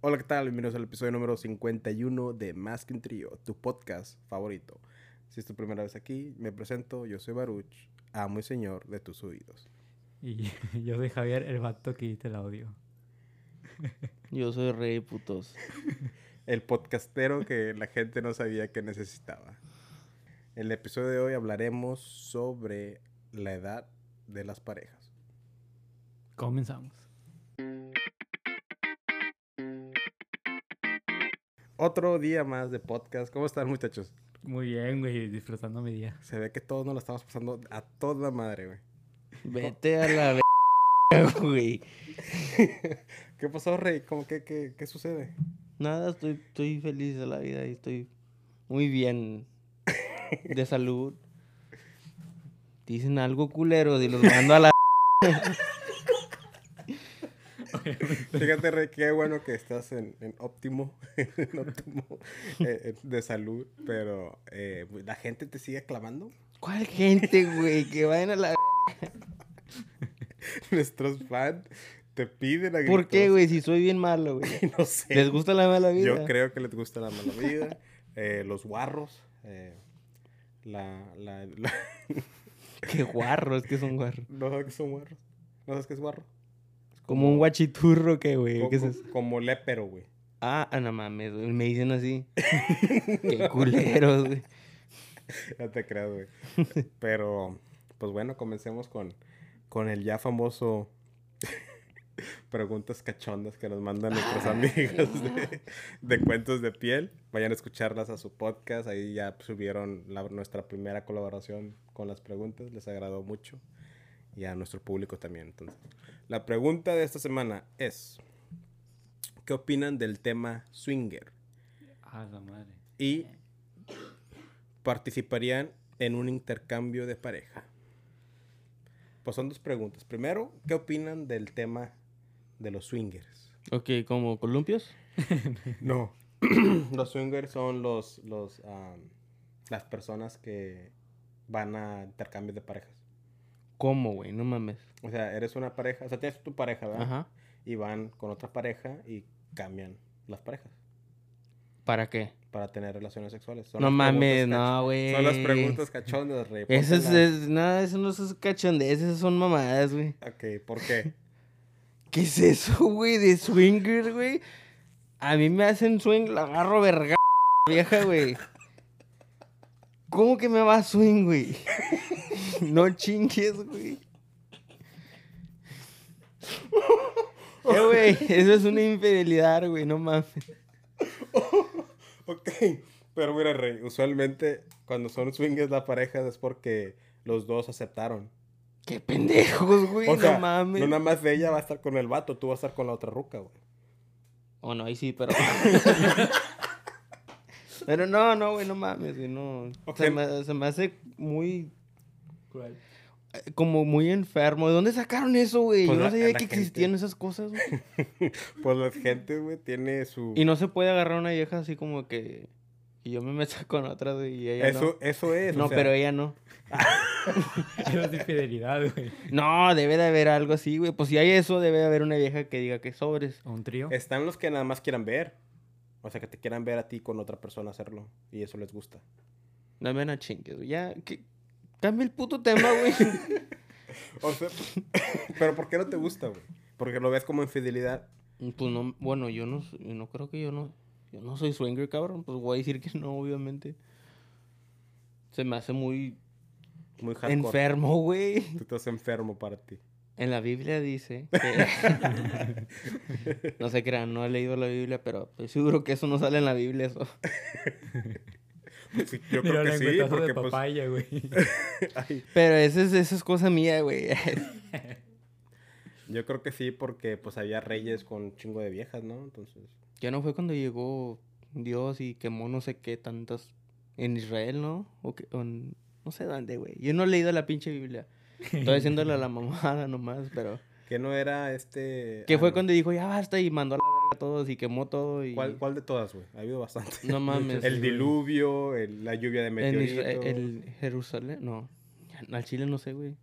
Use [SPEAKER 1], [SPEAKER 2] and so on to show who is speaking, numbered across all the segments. [SPEAKER 1] Hola, ¿qué tal? Bienvenidos al episodio número 51 de Más que un trío, tu podcast favorito. Si es tu primera vez aquí, me presento, yo soy Baruch, amo y señor de tus oídos.
[SPEAKER 2] Y yo soy Javier, el vato que te el audio.
[SPEAKER 3] Yo soy rey, putos.
[SPEAKER 1] El podcastero que la gente no sabía que necesitaba. En el episodio de hoy hablaremos sobre la edad de las parejas.
[SPEAKER 2] Comenzamos.
[SPEAKER 1] Otro día más de podcast. ¿Cómo están, muchachos?
[SPEAKER 2] Muy bien, güey, disfrutando mi día.
[SPEAKER 1] Se ve que todos nos la estamos pasando a toda madre, güey.
[SPEAKER 3] Vete a la verga, güey.
[SPEAKER 1] ¿Qué pasó, Rey? ¿Cómo, qué, qué, ¿Qué sucede?
[SPEAKER 3] Nada, estoy, estoy feliz de la vida y estoy muy bien de salud. Dicen algo culero y los mando a la
[SPEAKER 1] Fíjate, Rey, qué bueno que estás en, en óptimo, en óptimo eh, eh, de salud, pero eh, la gente te sigue aclamando.
[SPEAKER 3] ¿Cuál gente, güey? Que vayan a la
[SPEAKER 1] Nuestros fans te piden a
[SPEAKER 3] ¿Por qué,
[SPEAKER 1] gritos.
[SPEAKER 3] güey? Si soy bien malo, güey.
[SPEAKER 1] No sé.
[SPEAKER 3] ¿Les gusta la mala vida?
[SPEAKER 1] Yo creo que les gusta la mala vida, eh, los guarros, eh, la, la, la-
[SPEAKER 3] Qué guarro, es que son guarros.
[SPEAKER 1] ¿No sabes qué son guarros? ¿No sabes qué es guarro? Es
[SPEAKER 3] Como un guachiturro, que, güey?
[SPEAKER 1] co-
[SPEAKER 3] ¿Qué es
[SPEAKER 1] co-
[SPEAKER 3] eso?
[SPEAKER 1] Como lépero, güey.
[SPEAKER 3] Ah, ah, no mames, güey. Me dicen así. Qué culeros, güey.
[SPEAKER 1] Ya te creas, güey. Pero, pues bueno, comencemos con, con el ya famoso preguntas cachondas que nos mandan nuestros amigos de, de cuentos de piel. Vayan a escucharlas a su podcast. Ahí ya subieron la- nuestra primera colaboración con las preguntas. Les agradó mucho. Y a nuestro público también. Entonces, la pregunta de esta semana es: ¿Qué opinan del tema swinger?
[SPEAKER 2] Ah, la madre.
[SPEAKER 1] y participarían en un intercambio de pareja. Pues son dos preguntas. Primero, ¿qué opinan del tema de los swingers?
[SPEAKER 3] Ok, ¿como columpios?
[SPEAKER 1] No. los swingers son los, los am, las personas que van a intercambios de parejas.
[SPEAKER 3] ¿Cómo, güey? No mames.
[SPEAKER 1] O sea, eres una pareja, o sea, tienes tu pareja, ¿verdad?
[SPEAKER 3] Ajá.
[SPEAKER 1] Y van con otra pareja y cambian las parejas
[SPEAKER 3] ¿Para qué?
[SPEAKER 1] para tener relaciones sexuales. Son
[SPEAKER 3] No
[SPEAKER 1] las preguntas
[SPEAKER 3] mames,
[SPEAKER 1] cach-
[SPEAKER 3] no, güey.
[SPEAKER 1] Son las preguntas cachondas, rey.
[SPEAKER 3] Eso es,
[SPEAKER 1] Pónganlas.
[SPEAKER 3] es- nada, eso no es cachondez, esas son mamadas, güey.
[SPEAKER 1] Ok, ¿por qué?
[SPEAKER 3] ¿Qué es eso, güey? De swinger, güey. A mí me hacen swing, la agarro verga, vieja, güey. ¿Cómo que me va a swing, güey? No chingues, güey. Eh, güey, eso es una infidelidad, güey, no mames.
[SPEAKER 1] Ok, pero mira, Rey, usualmente cuando son swingers la pareja es porque los dos aceptaron.
[SPEAKER 3] Qué pendejos, güey,
[SPEAKER 1] O sea,
[SPEAKER 3] no mames.
[SPEAKER 1] no nada más de ella va a estar con el vato, tú vas a estar con la otra ruca, güey.
[SPEAKER 3] O no, ahí sí, pero. pero no, no, güey, no mames, güey, no.
[SPEAKER 1] Ok.
[SPEAKER 3] Se, me, se me hace muy.
[SPEAKER 2] Cruel.
[SPEAKER 3] eh, Como muy enfermo. ¿De dónde sacaron eso, güey?
[SPEAKER 1] Pues
[SPEAKER 3] Yo
[SPEAKER 1] la-
[SPEAKER 3] no sabía
[SPEAKER 1] la
[SPEAKER 3] que
[SPEAKER 1] gente.
[SPEAKER 3] existían esas cosas, güey.
[SPEAKER 1] Pues la gente, güey, tiene su...
[SPEAKER 3] Y no se puede agarrar una vieja así como que. Y yo me meto con otra, güey, y ella
[SPEAKER 1] eso, eso
[SPEAKER 3] no.
[SPEAKER 1] es, o
[SPEAKER 3] No,
[SPEAKER 1] sea,
[SPEAKER 3] pero ella no.
[SPEAKER 2] Eso es infidelidad, güey.
[SPEAKER 3] No, debe de haber algo así, güey. Pues si hay eso, debe de haber una vieja que diga que sobres.
[SPEAKER 2] ¿O un trío?
[SPEAKER 1] están los que nada más quieran ver. O sea, que te quieran ver a ti con otra persona hacerlo y eso les gusta.
[SPEAKER 3] No me no chingues, güey. Ya, que. Cambia el puto tema, güey.
[SPEAKER 1] O sea, pero ¿por qué no te gusta, güey? Porque lo ves como infidelidad.
[SPEAKER 3] Pues no, bueno, yo no, soy- yo no creo que yo no, yo no soy swinger, cabrón. Pues voy a decir que no, obviamente. Se me hace muy
[SPEAKER 1] Muy hardcore.
[SPEAKER 3] enfermo, güey.
[SPEAKER 1] Tú estás enfermo para ti.
[SPEAKER 3] En la Biblia dice que- no se crean, no he leído la Biblia, pero estoy seguro que eso no sale en la Biblia, eso.
[SPEAKER 1] Sí, yo
[SPEAKER 2] Mira,
[SPEAKER 1] creo que sí,
[SPEAKER 2] lengüetazo
[SPEAKER 1] porque
[SPEAKER 2] de
[SPEAKER 1] pues...
[SPEAKER 2] papaya, güey.
[SPEAKER 1] Ay,
[SPEAKER 3] Pero eso es, eso es cosa mía, güey.
[SPEAKER 1] Yo creo que sí, porque pues había reyes con un chingo de viejas, ¿no? Entonces,
[SPEAKER 3] Ya no fue cuando llegó Dios y quemó no sé qué tantas en Israel, ¿no? O que- o en- no sé dónde, güey. Yo no he leído la pinche Biblia. Estoy haciéndole la mamada nomás, pero...
[SPEAKER 1] que no era este...
[SPEAKER 3] Que
[SPEAKER 1] ah,
[SPEAKER 3] fue
[SPEAKER 1] no.
[SPEAKER 3] cuando dijo, ya basta, y mandó a la verga a todos y quemó todo. Y...
[SPEAKER 1] ¿Cuál, cuál de todas, güey? Ha habido bastante.
[SPEAKER 3] No mames.
[SPEAKER 1] el
[SPEAKER 3] güey.
[SPEAKER 1] diluvio, el- la lluvia de
[SPEAKER 3] En Isra-
[SPEAKER 1] meteoritos.
[SPEAKER 3] el Jerusalén, no. Al Chile no sé, güey.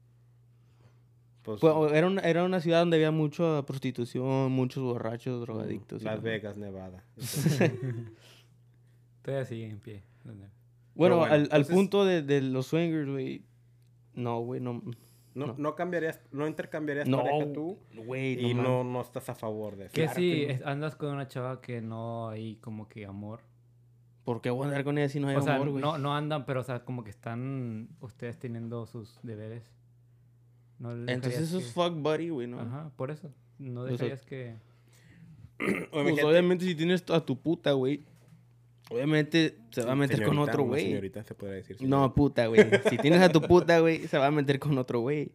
[SPEAKER 1] Pues,
[SPEAKER 3] Fue- o- era, una, era una ciudad donde había mucha prostitución, muchos borrachos, drogadictos. y
[SPEAKER 1] Las
[SPEAKER 3] la-
[SPEAKER 1] Vegas, Nevada.
[SPEAKER 2] Todavía sigue en pie.
[SPEAKER 3] Bueno,
[SPEAKER 1] Pero bueno,
[SPEAKER 3] al, al
[SPEAKER 1] entonces-
[SPEAKER 3] punto de, de los swingers, güey. No, güey, no.
[SPEAKER 1] No,
[SPEAKER 3] No.
[SPEAKER 1] no. cambiarías, no intercambiarías
[SPEAKER 3] No,
[SPEAKER 1] pareja tú
[SPEAKER 3] güey.
[SPEAKER 1] y
[SPEAKER 3] mames.
[SPEAKER 1] no, no estás a favor de eso.
[SPEAKER 2] Que
[SPEAKER 3] Claro
[SPEAKER 2] si
[SPEAKER 3] que no.
[SPEAKER 2] es- andas con una chava que no hay como que amor.
[SPEAKER 3] ¿Por qué voy a andar con ella si no hay
[SPEAKER 2] o sea,
[SPEAKER 3] amor, güey?
[SPEAKER 2] no, no andan, pero o sea, como que están ustedes teniendo sus deberes. No le
[SPEAKER 3] Entonces
[SPEAKER 2] dejarías
[SPEAKER 3] eso es
[SPEAKER 2] que-
[SPEAKER 3] fuck buddy, güey, ¿no?
[SPEAKER 1] Pues,
[SPEAKER 2] Ajá, por eso. No
[SPEAKER 3] O sea-
[SPEAKER 2] dejarías que...
[SPEAKER 1] O
[SPEAKER 3] Pues
[SPEAKER 1] imagínate-
[SPEAKER 3] obviamente si tienes a tu puta, güey. Obviamente se va a meter
[SPEAKER 1] Señorita,
[SPEAKER 3] con otro
[SPEAKER 1] una
[SPEAKER 3] güey.
[SPEAKER 1] Señorita, se podría decir.
[SPEAKER 3] No, puta, güey. Si tienes a tu puta, güey, se va a meter con otro güey.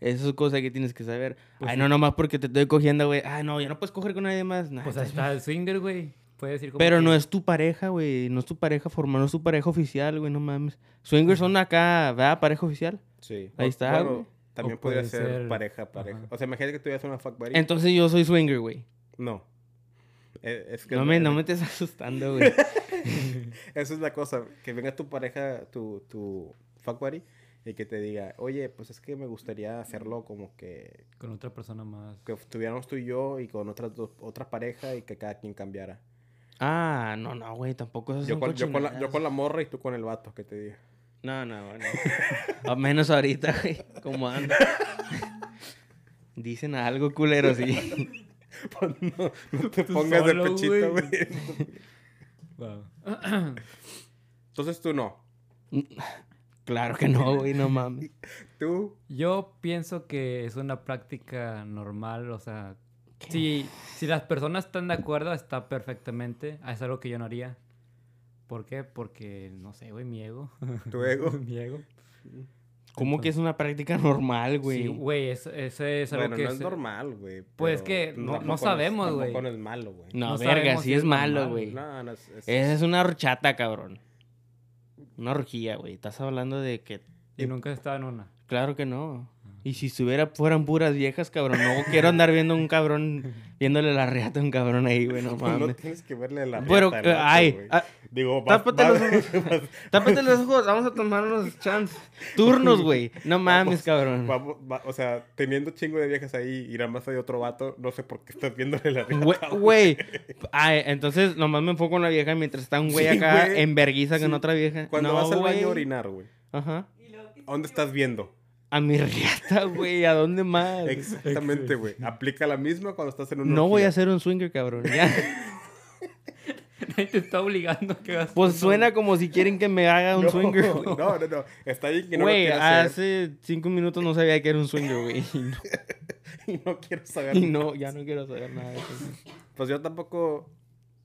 [SPEAKER 3] Eso es cosa que tienes que saber.
[SPEAKER 2] Pues
[SPEAKER 3] Ay,
[SPEAKER 2] sí.
[SPEAKER 3] no, nomás porque te estoy cogiendo, güey. Ay, no, ya no puedes coger con nadie más. Nah,
[SPEAKER 1] Pues
[SPEAKER 2] O sea, Pues está el swinger, güey. Puede decir como
[SPEAKER 3] Pero
[SPEAKER 2] que-
[SPEAKER 3] no es tu pareja, güey. No es tu pareja formal, no es tu pareja oficial, güey. No mames. Swingers son acá, ¿verdad? Pareja oficial.
[SPEAKER 1] Sí.
[SPEAKER 3] Ahí
[SPEAKER 1] O-
[SPEAKER 3] está,
[SPEAKER 1] bueno,
[SPEAKER 3] güey.
[SPEAKER 1] también
[SPEAKER 2] O
[SPEAKER 1] podría
[SPEAKER 2] puede
[SPEAKER 1] ser,
[SPEAKER 2] ser-
[SPEAKER 1] pareja, pareja.
[SPEAKER 2] Ajá.
[SPEAKER 1] O sea, imagínate que tuvieras una fuck buddy.
[SPEAKER 3] Entonces yo soy swinger, güey.
[SPEAKER 1] no. Eh, Es que
[SPEAKER 3] No me, no me estés asustando, güey.
[SPEAKER 1] Esa es la cosa. Que venga tu pareja, tu, tu fuck buddy, y que te diga, oye, pues es que me gustaría hacerlo como que,
[SPEAKER 2] Con otra persona más.
[SPEAKER 1] que estuviéramos tú y yo y con otras dos, otra pareja y que cada quien cambiara.
[SPEAKER 3] Ah, no, no, güey. Tampoco
[SPEAKER 2] Pues
[SPEAKER 3] eso
[SPEAKER 1] Yo con, yo, con la, yo con la morra y tú con el vato, que te diga.
[SPEAKER 3] No, no, no. A menos ahorita, güey. ¿Cómo anda? Dicen algo culero, sí.
[SPEAKER 1] Pues no, no te
[SPEAKER 2] Tú
[SPEAKER 1] pongas de
[SPEAKER 2] solo,
[SPEAKER 1] pechito,
[SPEAKER 2] güey.
[SPEAKER 1] güey.
[SPEAKER 2] Wow.
[SPEAKER 1] Entonces tú no.
[SPEAKER 3] Claro que no, güey. No mames.
[SPEAKER 1] Tú,
[SPEAKER 2] Yo pienso que es una práctica normal, o sea, si, si las personas están de acuerdo, está perfectamente. Ah, Es algo que yo no haría. ¿Por qué? Porque, no sé, güey, mi ego.
[SPEAKER 1] tu ego.
[SPEAKER 2] mi ego.
[SPEAKER 3] ¿Cómo que es una práctica normal,
[SPEAKER 2] Sí,
[SPEAKER 3] güey?
[SPEAKER 2] güey, eso, eso es algo
[SPEAKER 1] bueno,
[SPEAKER 2] que
[SPEAKER 1] no es normal, güey.
[SPEAKER 2] Pues
[SPEAKER 1] pero
[SPEAKER 2] es que no- no
[SPEAKER 1] tampoco es-
[SPEAKER 2] sabemos, güey.
[SPEAKER 1] Tampoco no es malo, güey.
[SPEAKER 3] no,
[SPEAKER 2] no
[SPEAKER 3] verga.
[SPEAKER 2] sabemos
[SPEAKER 3] Sí
[SPEAKER 2] si
[SPEAKER 3] es
[SPEAKER 2] es
[SPEAKER 3] malo,
[SPEAKER 2] normal,
[SPEAKER 3] güey.
[SPEAKER 1] No, no, es, es-
[SPEAKER 3] Esa es una horchata, cabrón. Una orgía, güey. Estás hablando de que.
[SPEAKER 2] Y nunca estaba en una.
[SPEAKER 3] Claro que no. Y si estuviera, fueran puras viejas, cabrón. No quiero andar viendo un cabrón, viéndole la reata a un cabrón ahí, güey, no
[SPEAKER 1] No,
[SPEAKER 3] mames.
[SPEAKER 1] tienes que verle la
[SPEAKER 3] Pero,
[SPEAKER 1] riata al vato,
[SPEAKER 3] ay,
[SPEAKER 1] güey.
[SPEAKER 3] ah,
[SPEAKER 1] Digo,
[SPEAKER 3] tápate los
[SPEAKER 1] va-
[SPEAKER 3] tápate los ojos, vamos a tomarnos chance. Turnos, güey. No mames, cabrón.
[SPEAKER 1] vamos- va- o sea, teniendo chingo de viejas ahí y nada más hay otro vato, no sé por qué estás viéndole la riata.
[SPEAKER 3] Güey, Güey, ay, entonces nomás me enfoco en la vieja mientras está un güey
[SPEAKER 1] Sí,
[SPEAKER 3] acá
[SPEAKER 1] güey.
[SPEAKER 3] en verguiza con
[SPEAKER 1] Sí.
[SPEAKER 3] otra vieja.
[SPEAKER 1] Cuando
[SPEAKER 3] No,
[SPEAKER 1] vas al baño a
[SPEAKER 3] güey.
[SPEAKER 1] orinar, güey.
[SPEAKER 3] Ajá.
[SPEAKER 1] ¿A dónde estás viendo?
[SPEAKER 3] A mi riata, güey, ¿a dónde más?
[SPEAKER 1] Exactamente, güey. Aplica la misma cuando estás en un
[SPEAKER 3] No voy a ser un swinger, cabrón. Ya.
[SPEAKER 2] Te está obligando a que hagas
[SPEAKER 3] Pues
[SPEAKER 2] eso,
[SPEAKER 3] suena como si quieren que me haga un swinger. güey.
[SPEAKER 1] No, no, no. Está ahí que no
[SPEAKER 3] Güey,
[SPEAKER 1] lo quiero hacer
[SPEAKER 3] hace cinco minutos no sabía que era un swinger, güey. Y
[SPEAKER 1] y
[SPEAKER 3] no-
[SPEAKER 1] no quiero saber.
[SPEAKER 3] Y no, ya no quiero saber nada de eso.
[SPEAKER 1] Pues yo tampoco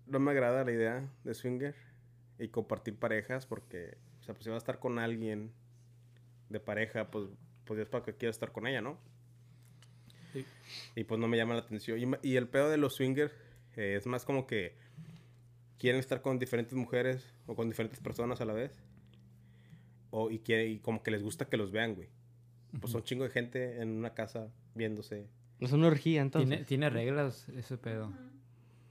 [SPEAKER 1] no me agrada la idea de swinger y compartir parejas porque, o sea, pues si vas a estar con alguien de pareja, pues, pues es para que quieras estar con ella, ¿no?
[SPEAKER 2] Sí.
[SPEAKER 1] Y pues no me llama la atención. Y, ma- y el pedo de los swingers eh, es más como que quieren estar con diferentes mujeres o con diferentes personas a la vez. O, y, quiere, y como que les gusta que los vean, güey. Pues son chingo de gente en una casa viéndose.
[SPEAKER 3] Es una orgía,
[SPEAKER 2] ¿no? Tiene,
[SPEAKER 3] entonces.
[SPEAKER 2] tiene reglas ese pedo.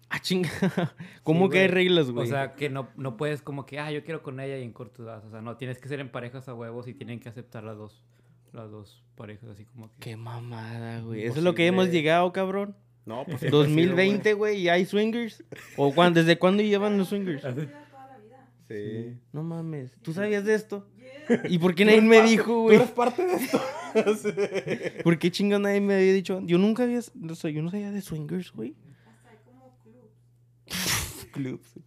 [SPEAKER 3] Ah, chinga. ¿Cómo
[SPEAKER 2] Sí,
[SPEAKER 3] que hay
[SPEAKER 2] güey.
[SPEAKER 3] reglas,
[SPEAKER 1] Pues,
[SPEAKER 3] güey?
[SPEAKER 2] O sea, que no, no puedes como que, ah, yo quiero con ella y en corto das. O sea, no, tienes que ser en parejas a huevos y tienen que aceptar las dos, las dos parejas, así como que.
[SPEAKER 3] Qué mamada, güey. Eso es lo que hemos
[SPEAKER 1] Imposible.
[SPEAKER 3] llegado, cabrón.
[SPEAKER 1] No, pues siempre ha sido, güey.
[SPEAKER 3] 2020, güey, y hay swingers. ¿O cuán- desde cuándo llevan los swingers?
[SPEAKER 1] Sí.
[SPEAKER 3] No mames. ¿Tú sabías de esto? ¿Y por qué nadie me dijo, güey?
[SPEAKER 1] parte de esto.
[SPEAKER 3] ¿Por qué chinga nadie me había dicho? Yo nunca había, o sea, yo no sabía de swingers, güey.
[SPEAKER 4] Hasta hay como clubs
[SPEAKER 3] Clubs.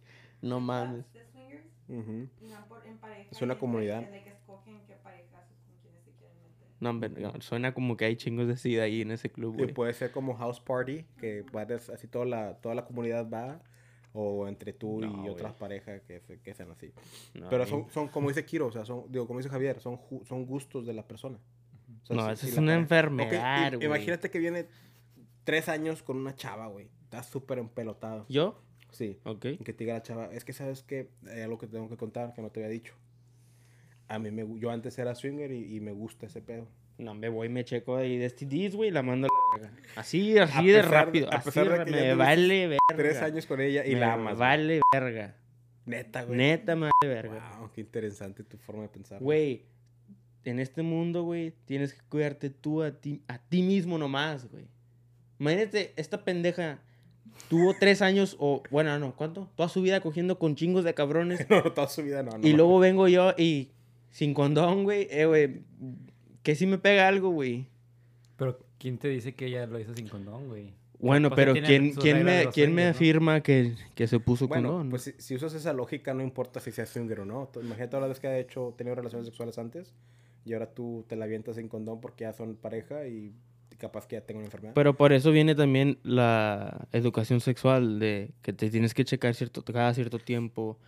[SPEAKER 3] No mames.
[SPEAKER 4] de swingers, no por, en pareja.
[SPEAKER 1] Es una
[SPEAKER 4] y de-
[SPEAKER 1] comunidad.
[SPEAKER 4] De que escogen qué parejas y con quienes se quieren meter.
[SPEAKER 3] No, hombre, no, suena como que hay chingos de sida ahí en ese club,
[SPEAKER 1] Y
[SPEAKER 3] güey.
[SPEAKER 1] puede ser como house party, que varias, así toda la, toda la comunidad va, o entre tú
[SPEAKER 3] No,
[SPEAKER 1] y
[SPEAKER 3] güey.
[SPEAKER 1] otras parejas que, se- que sean así.
[SPEAKER 3] No, eh,
[SPEAKER 1] Pero
[SPEAKER 3] ahí-
[SPEAKER 1] son, son, como dice Kiro, o sea, son, digo, como dice Javier, son, ju- son gustos de la persona. O sea,
[SPEAKER 3] No,
[SPEAKER 1] si-
[SPEAKER 3] esa
[SPEAKER 1] si
[SPEAKER 3] es
[SPEAKER 1] la
[SPEAKER 3] una
[SPEAKER 1] pareja- Ok, i-
[SPEAKER 3] enfermedad, güey.
[SPEAKER 1] Imagínate que viene tres años con una chava, güey. Estás súper empelotado.
[SPEAKER 3] ¿Yo?
[SPEAKER 1] Sí.
[SPEAKER 3] Ok.
[SPEAKER 1] Y que te diga la chava, es que sabes que hay algo que te tengo que contar que no te había dicho. A mí me, gu- yo antes era swinger y, y me gusta ese pedo.
[SPEAKER 3] No, me voy, me checo ahí de STDs, güey, la mando a la verga. Así, así de
[SPEAKER 1] pesar-
[SPEAKER 3] rápido.
[SPEAKER 1] a
[SPEAKER 3] así
[SPEAKER 1] pesar
[SPEAKER 3] de
[SPEAKER 1] de
[SPEAKER 3] ra-
[SPEAKER 1] que ya
[SPEAKER 3] me
[SPEAKER 1] tuviste
[SPEAKER 3] vale verga.
[SPEAKER 1] Tres años con ella y
[SPEAKER 3] me
[SPEAKER 1] la amas. güey.
[SPEAKER 3] Vale verga.
[SPEAKER 1] Neta, güey.
[SPEAKER 3] Neta, me vale verga.
[SPEAKER 1] Wow, qué interesante tu forma de pensar.
[SPEAKER 3] Güey, en este mundo, güey, tienes que cuidarte tú a ti, a ti mismo nomás, güey. Imagínate, esta pendeja tuvo tres años o, bueno, no, ¿cuánto? Toda su vida cogiendo con chingos de cabrones.
[SPEAKER 1] No, no, toda su vida no. no
[SPEAKER 3] y luego vengo yo y sin condón, güey, eh, güey, que si me pega algo, güey.
[SPEAKER 2] Pero ¿quién te dice que ella lo hizo sin condón, güey?
[SPEAKER 3] Bueno,
[SPEAKER 2] Pues,
[SPEAKER 3] pero
[SPEAKER 2] tiene
[SPEAKER 3] ¿quién,
[SPEAKER 2] sus
[SPEAKER 3] quién
[SPEAKER 2] reglas de
[SPEAKER 3] me,
[SPEAKER 2] los
[SPEAKER 3] quién me
[SPEAKER 2] sueños, ¿no?
[SPEAKER 3] afirma que, que se puso
[SPEAKER 1] Bueno,
[SPEAKER 3] condón?
[SPEAKER 1] pues si, si usas esa lógica, no importa si seas swinger o no. Tú- Imagínate todas las veces que ha hecho, tenido relaciones sexuales antes y ahora tú te la avientas sin condón porque ya son pareja y capaz que ya tengo una enfermedad.
[SPEAKER 3] Pero por eso viene también la educación sexual, de que te tienes que checar cierto, cada cierto tiempo.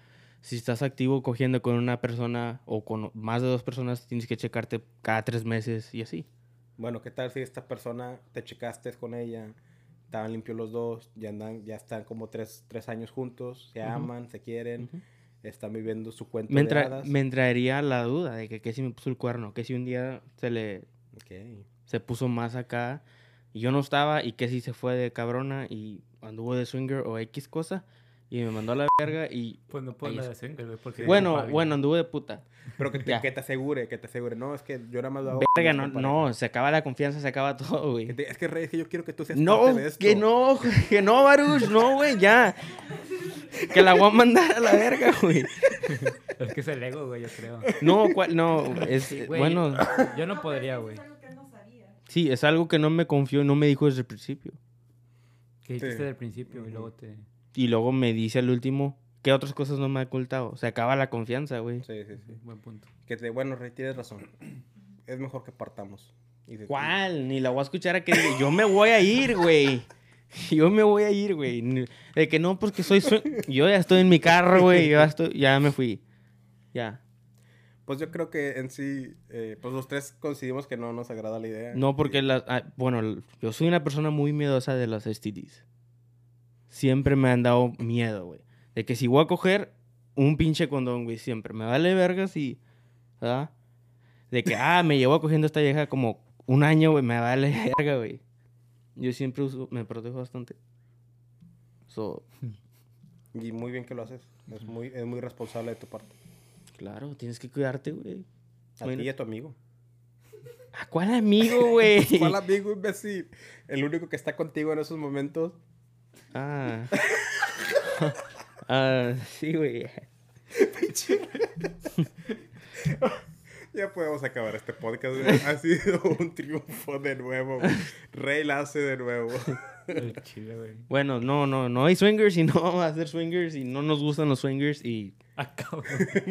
[SPEAKER 3] Si estás activo cogiendo con una persona o con más de dos personas, tienes que checarte cada tres meses y así.
[SPEAKER 1] Bueno, ¿qué tal si esta persona te checaste con ella? Estaban limpios los dos, ya andan, ya están como tres, tres años juntos, se
[SPEAKER 3] Ujú.
[SPEAKER 1] aman, se quieren,
[SPEAKER 3] Ujú.
[SPEAKER 1] están viviendo su cuento
[SPEAKER 3] Me,
[SPEAKER 1] de
[SPEAKER 3] entra-
[SPEAKER 1] hadas.
[SPEAKER 3] me entraría la duda de que, que si me puso el cuerno, que si un día se le
[SPEAKER 1] Ok.
[SPEAKER 3] se puso más acá y yo no estaba y que si se fue de cabrona y anduvo de swinger o X cosa y me mandó a la verga y...
[SPEAKER 2] Pues no puedo
[SPEAKER 3] Ahí
[SPEAKER 2] hablar
[SPEAKER 3] está.
[SPEAKER 2] de swinger, güey, porque...
[SPEAKER 3] Bueno,
[SPEAKER 2] Fabi-
[SPEAKER 3] bueno, anduvo de puta.
[SPEAKER 1] Pero que te,
[SPEAKER 3] Ya.
[SPEAKER 1] que te asegure, que te asegure. No, es que yo nada más lo hago.
[SPEAKER 3] Verga,
[SPEAKER 1] con
[SPEAKER 3] no,
[SPEAKER 1] mis
[SPEAKER 3] no, se acaba la confianza, se acaba todo,
[SPEAKER 1] Que
[SPEAKER 3] güey.
[SPEAKER 1] te- es que Rey, es que yo quiero que tú seas
[SPEAKER 3] No,
[SPEAKER 1] parte de esto.
[SPEAKER 3] que no, que no, Baruch, no, güey, ya. Que la voy a mandar a la verga, güey.
[SPEAKER 2] Es que es el ego, güey, yo creo.
[SPEAKER 3] No, cuál, no, es,
[SPEAKER 2] Güey,
[SPEAKER 3] bueno,
[SPEAKER 2] Yo no
[SPEAKER 4] pero
[SPEAKER 2] podría,
[SPEAKER 4] eso
[SPEAKER 2] güey.
[SPEAKER 4] Es algo que él no sabía.
[SPEAKER 3] sí, es algo que no me confió, no me dijo desde el principio.
[SPEAKER 1] Sí.
[SPEAKER 2] Que dijiste del principio y
[SPEAKER 1] Ujú.
[SPEAKER 2] luego te...
[SPEAKER 3] Y luego me dice al último, ¿qué otras cosas no me ha ocultado? Se acaba la confianza, güey.
[SPEAKER 1] Sí, sí, sí.
[SPEAKER 2] Buen punto.
[SPEAKER 1] Que te, bueno, Rey, tienes razón. Es mejor que partamos. Y de-
[SPEAKER 3] ¿Cuál? Ni la voy a escuchar a que diga, yo me voy a ir, güey. Yo me voy a ir, güey. Ni- De que no, porque soy... su- Yo ya estoy en mi carro, güey. Yo ya, estoy- ya me fui. Ya.
[SPEAKER 1] Pues yo creo que en sí, eh, pues los tres coincidimos que no nos agrada la idea.
[SPEAKER 3] No, porque... La, ah, bueno, l- yo soy una persona muy miedosa de las STDs. Siempre me han dado miedo, güey. De que si voy a coger un pinche condón, güey, siempre. Me vale vergas y... ¿Verdad? De que, ah, me llevó cogiendo esta vieja como un año, güey. Me vale verga, güey. Yo siempre uso... Me protejo bastante. So,
[SPEAKER 1] Y muy bien que lo haces. Es muy, es muy responsable de tu parte.
[SPEAKER 3] claro, tienes que cuidarte, güey.
[SPEAKER 1] A
[SPEAKER 3] Bueno.
[SPEAKER 1] ti y a tu amigo.
[SPEAKER 3] ¿A cuál amigo, güey?
[SPEAKER 1] ¿Cuál amigo, imbécil? El único que está contigo en esos momentos.
[SPEAKER 3] Ah. ah, sí, güey.
[SPEAKER 1] Ya podemos acabar este podcast. güey. Ha sido un triunfo de nuevo. güey. Rey la hace de nuevo.
[SPEAKER 2] El chile, güey.
[SPEAKER 3] Bueno, no, no, no hay swingers y no vamos a hacer swingers y no nos gustan los swingers y...
[SPEAKER 2] Acabo.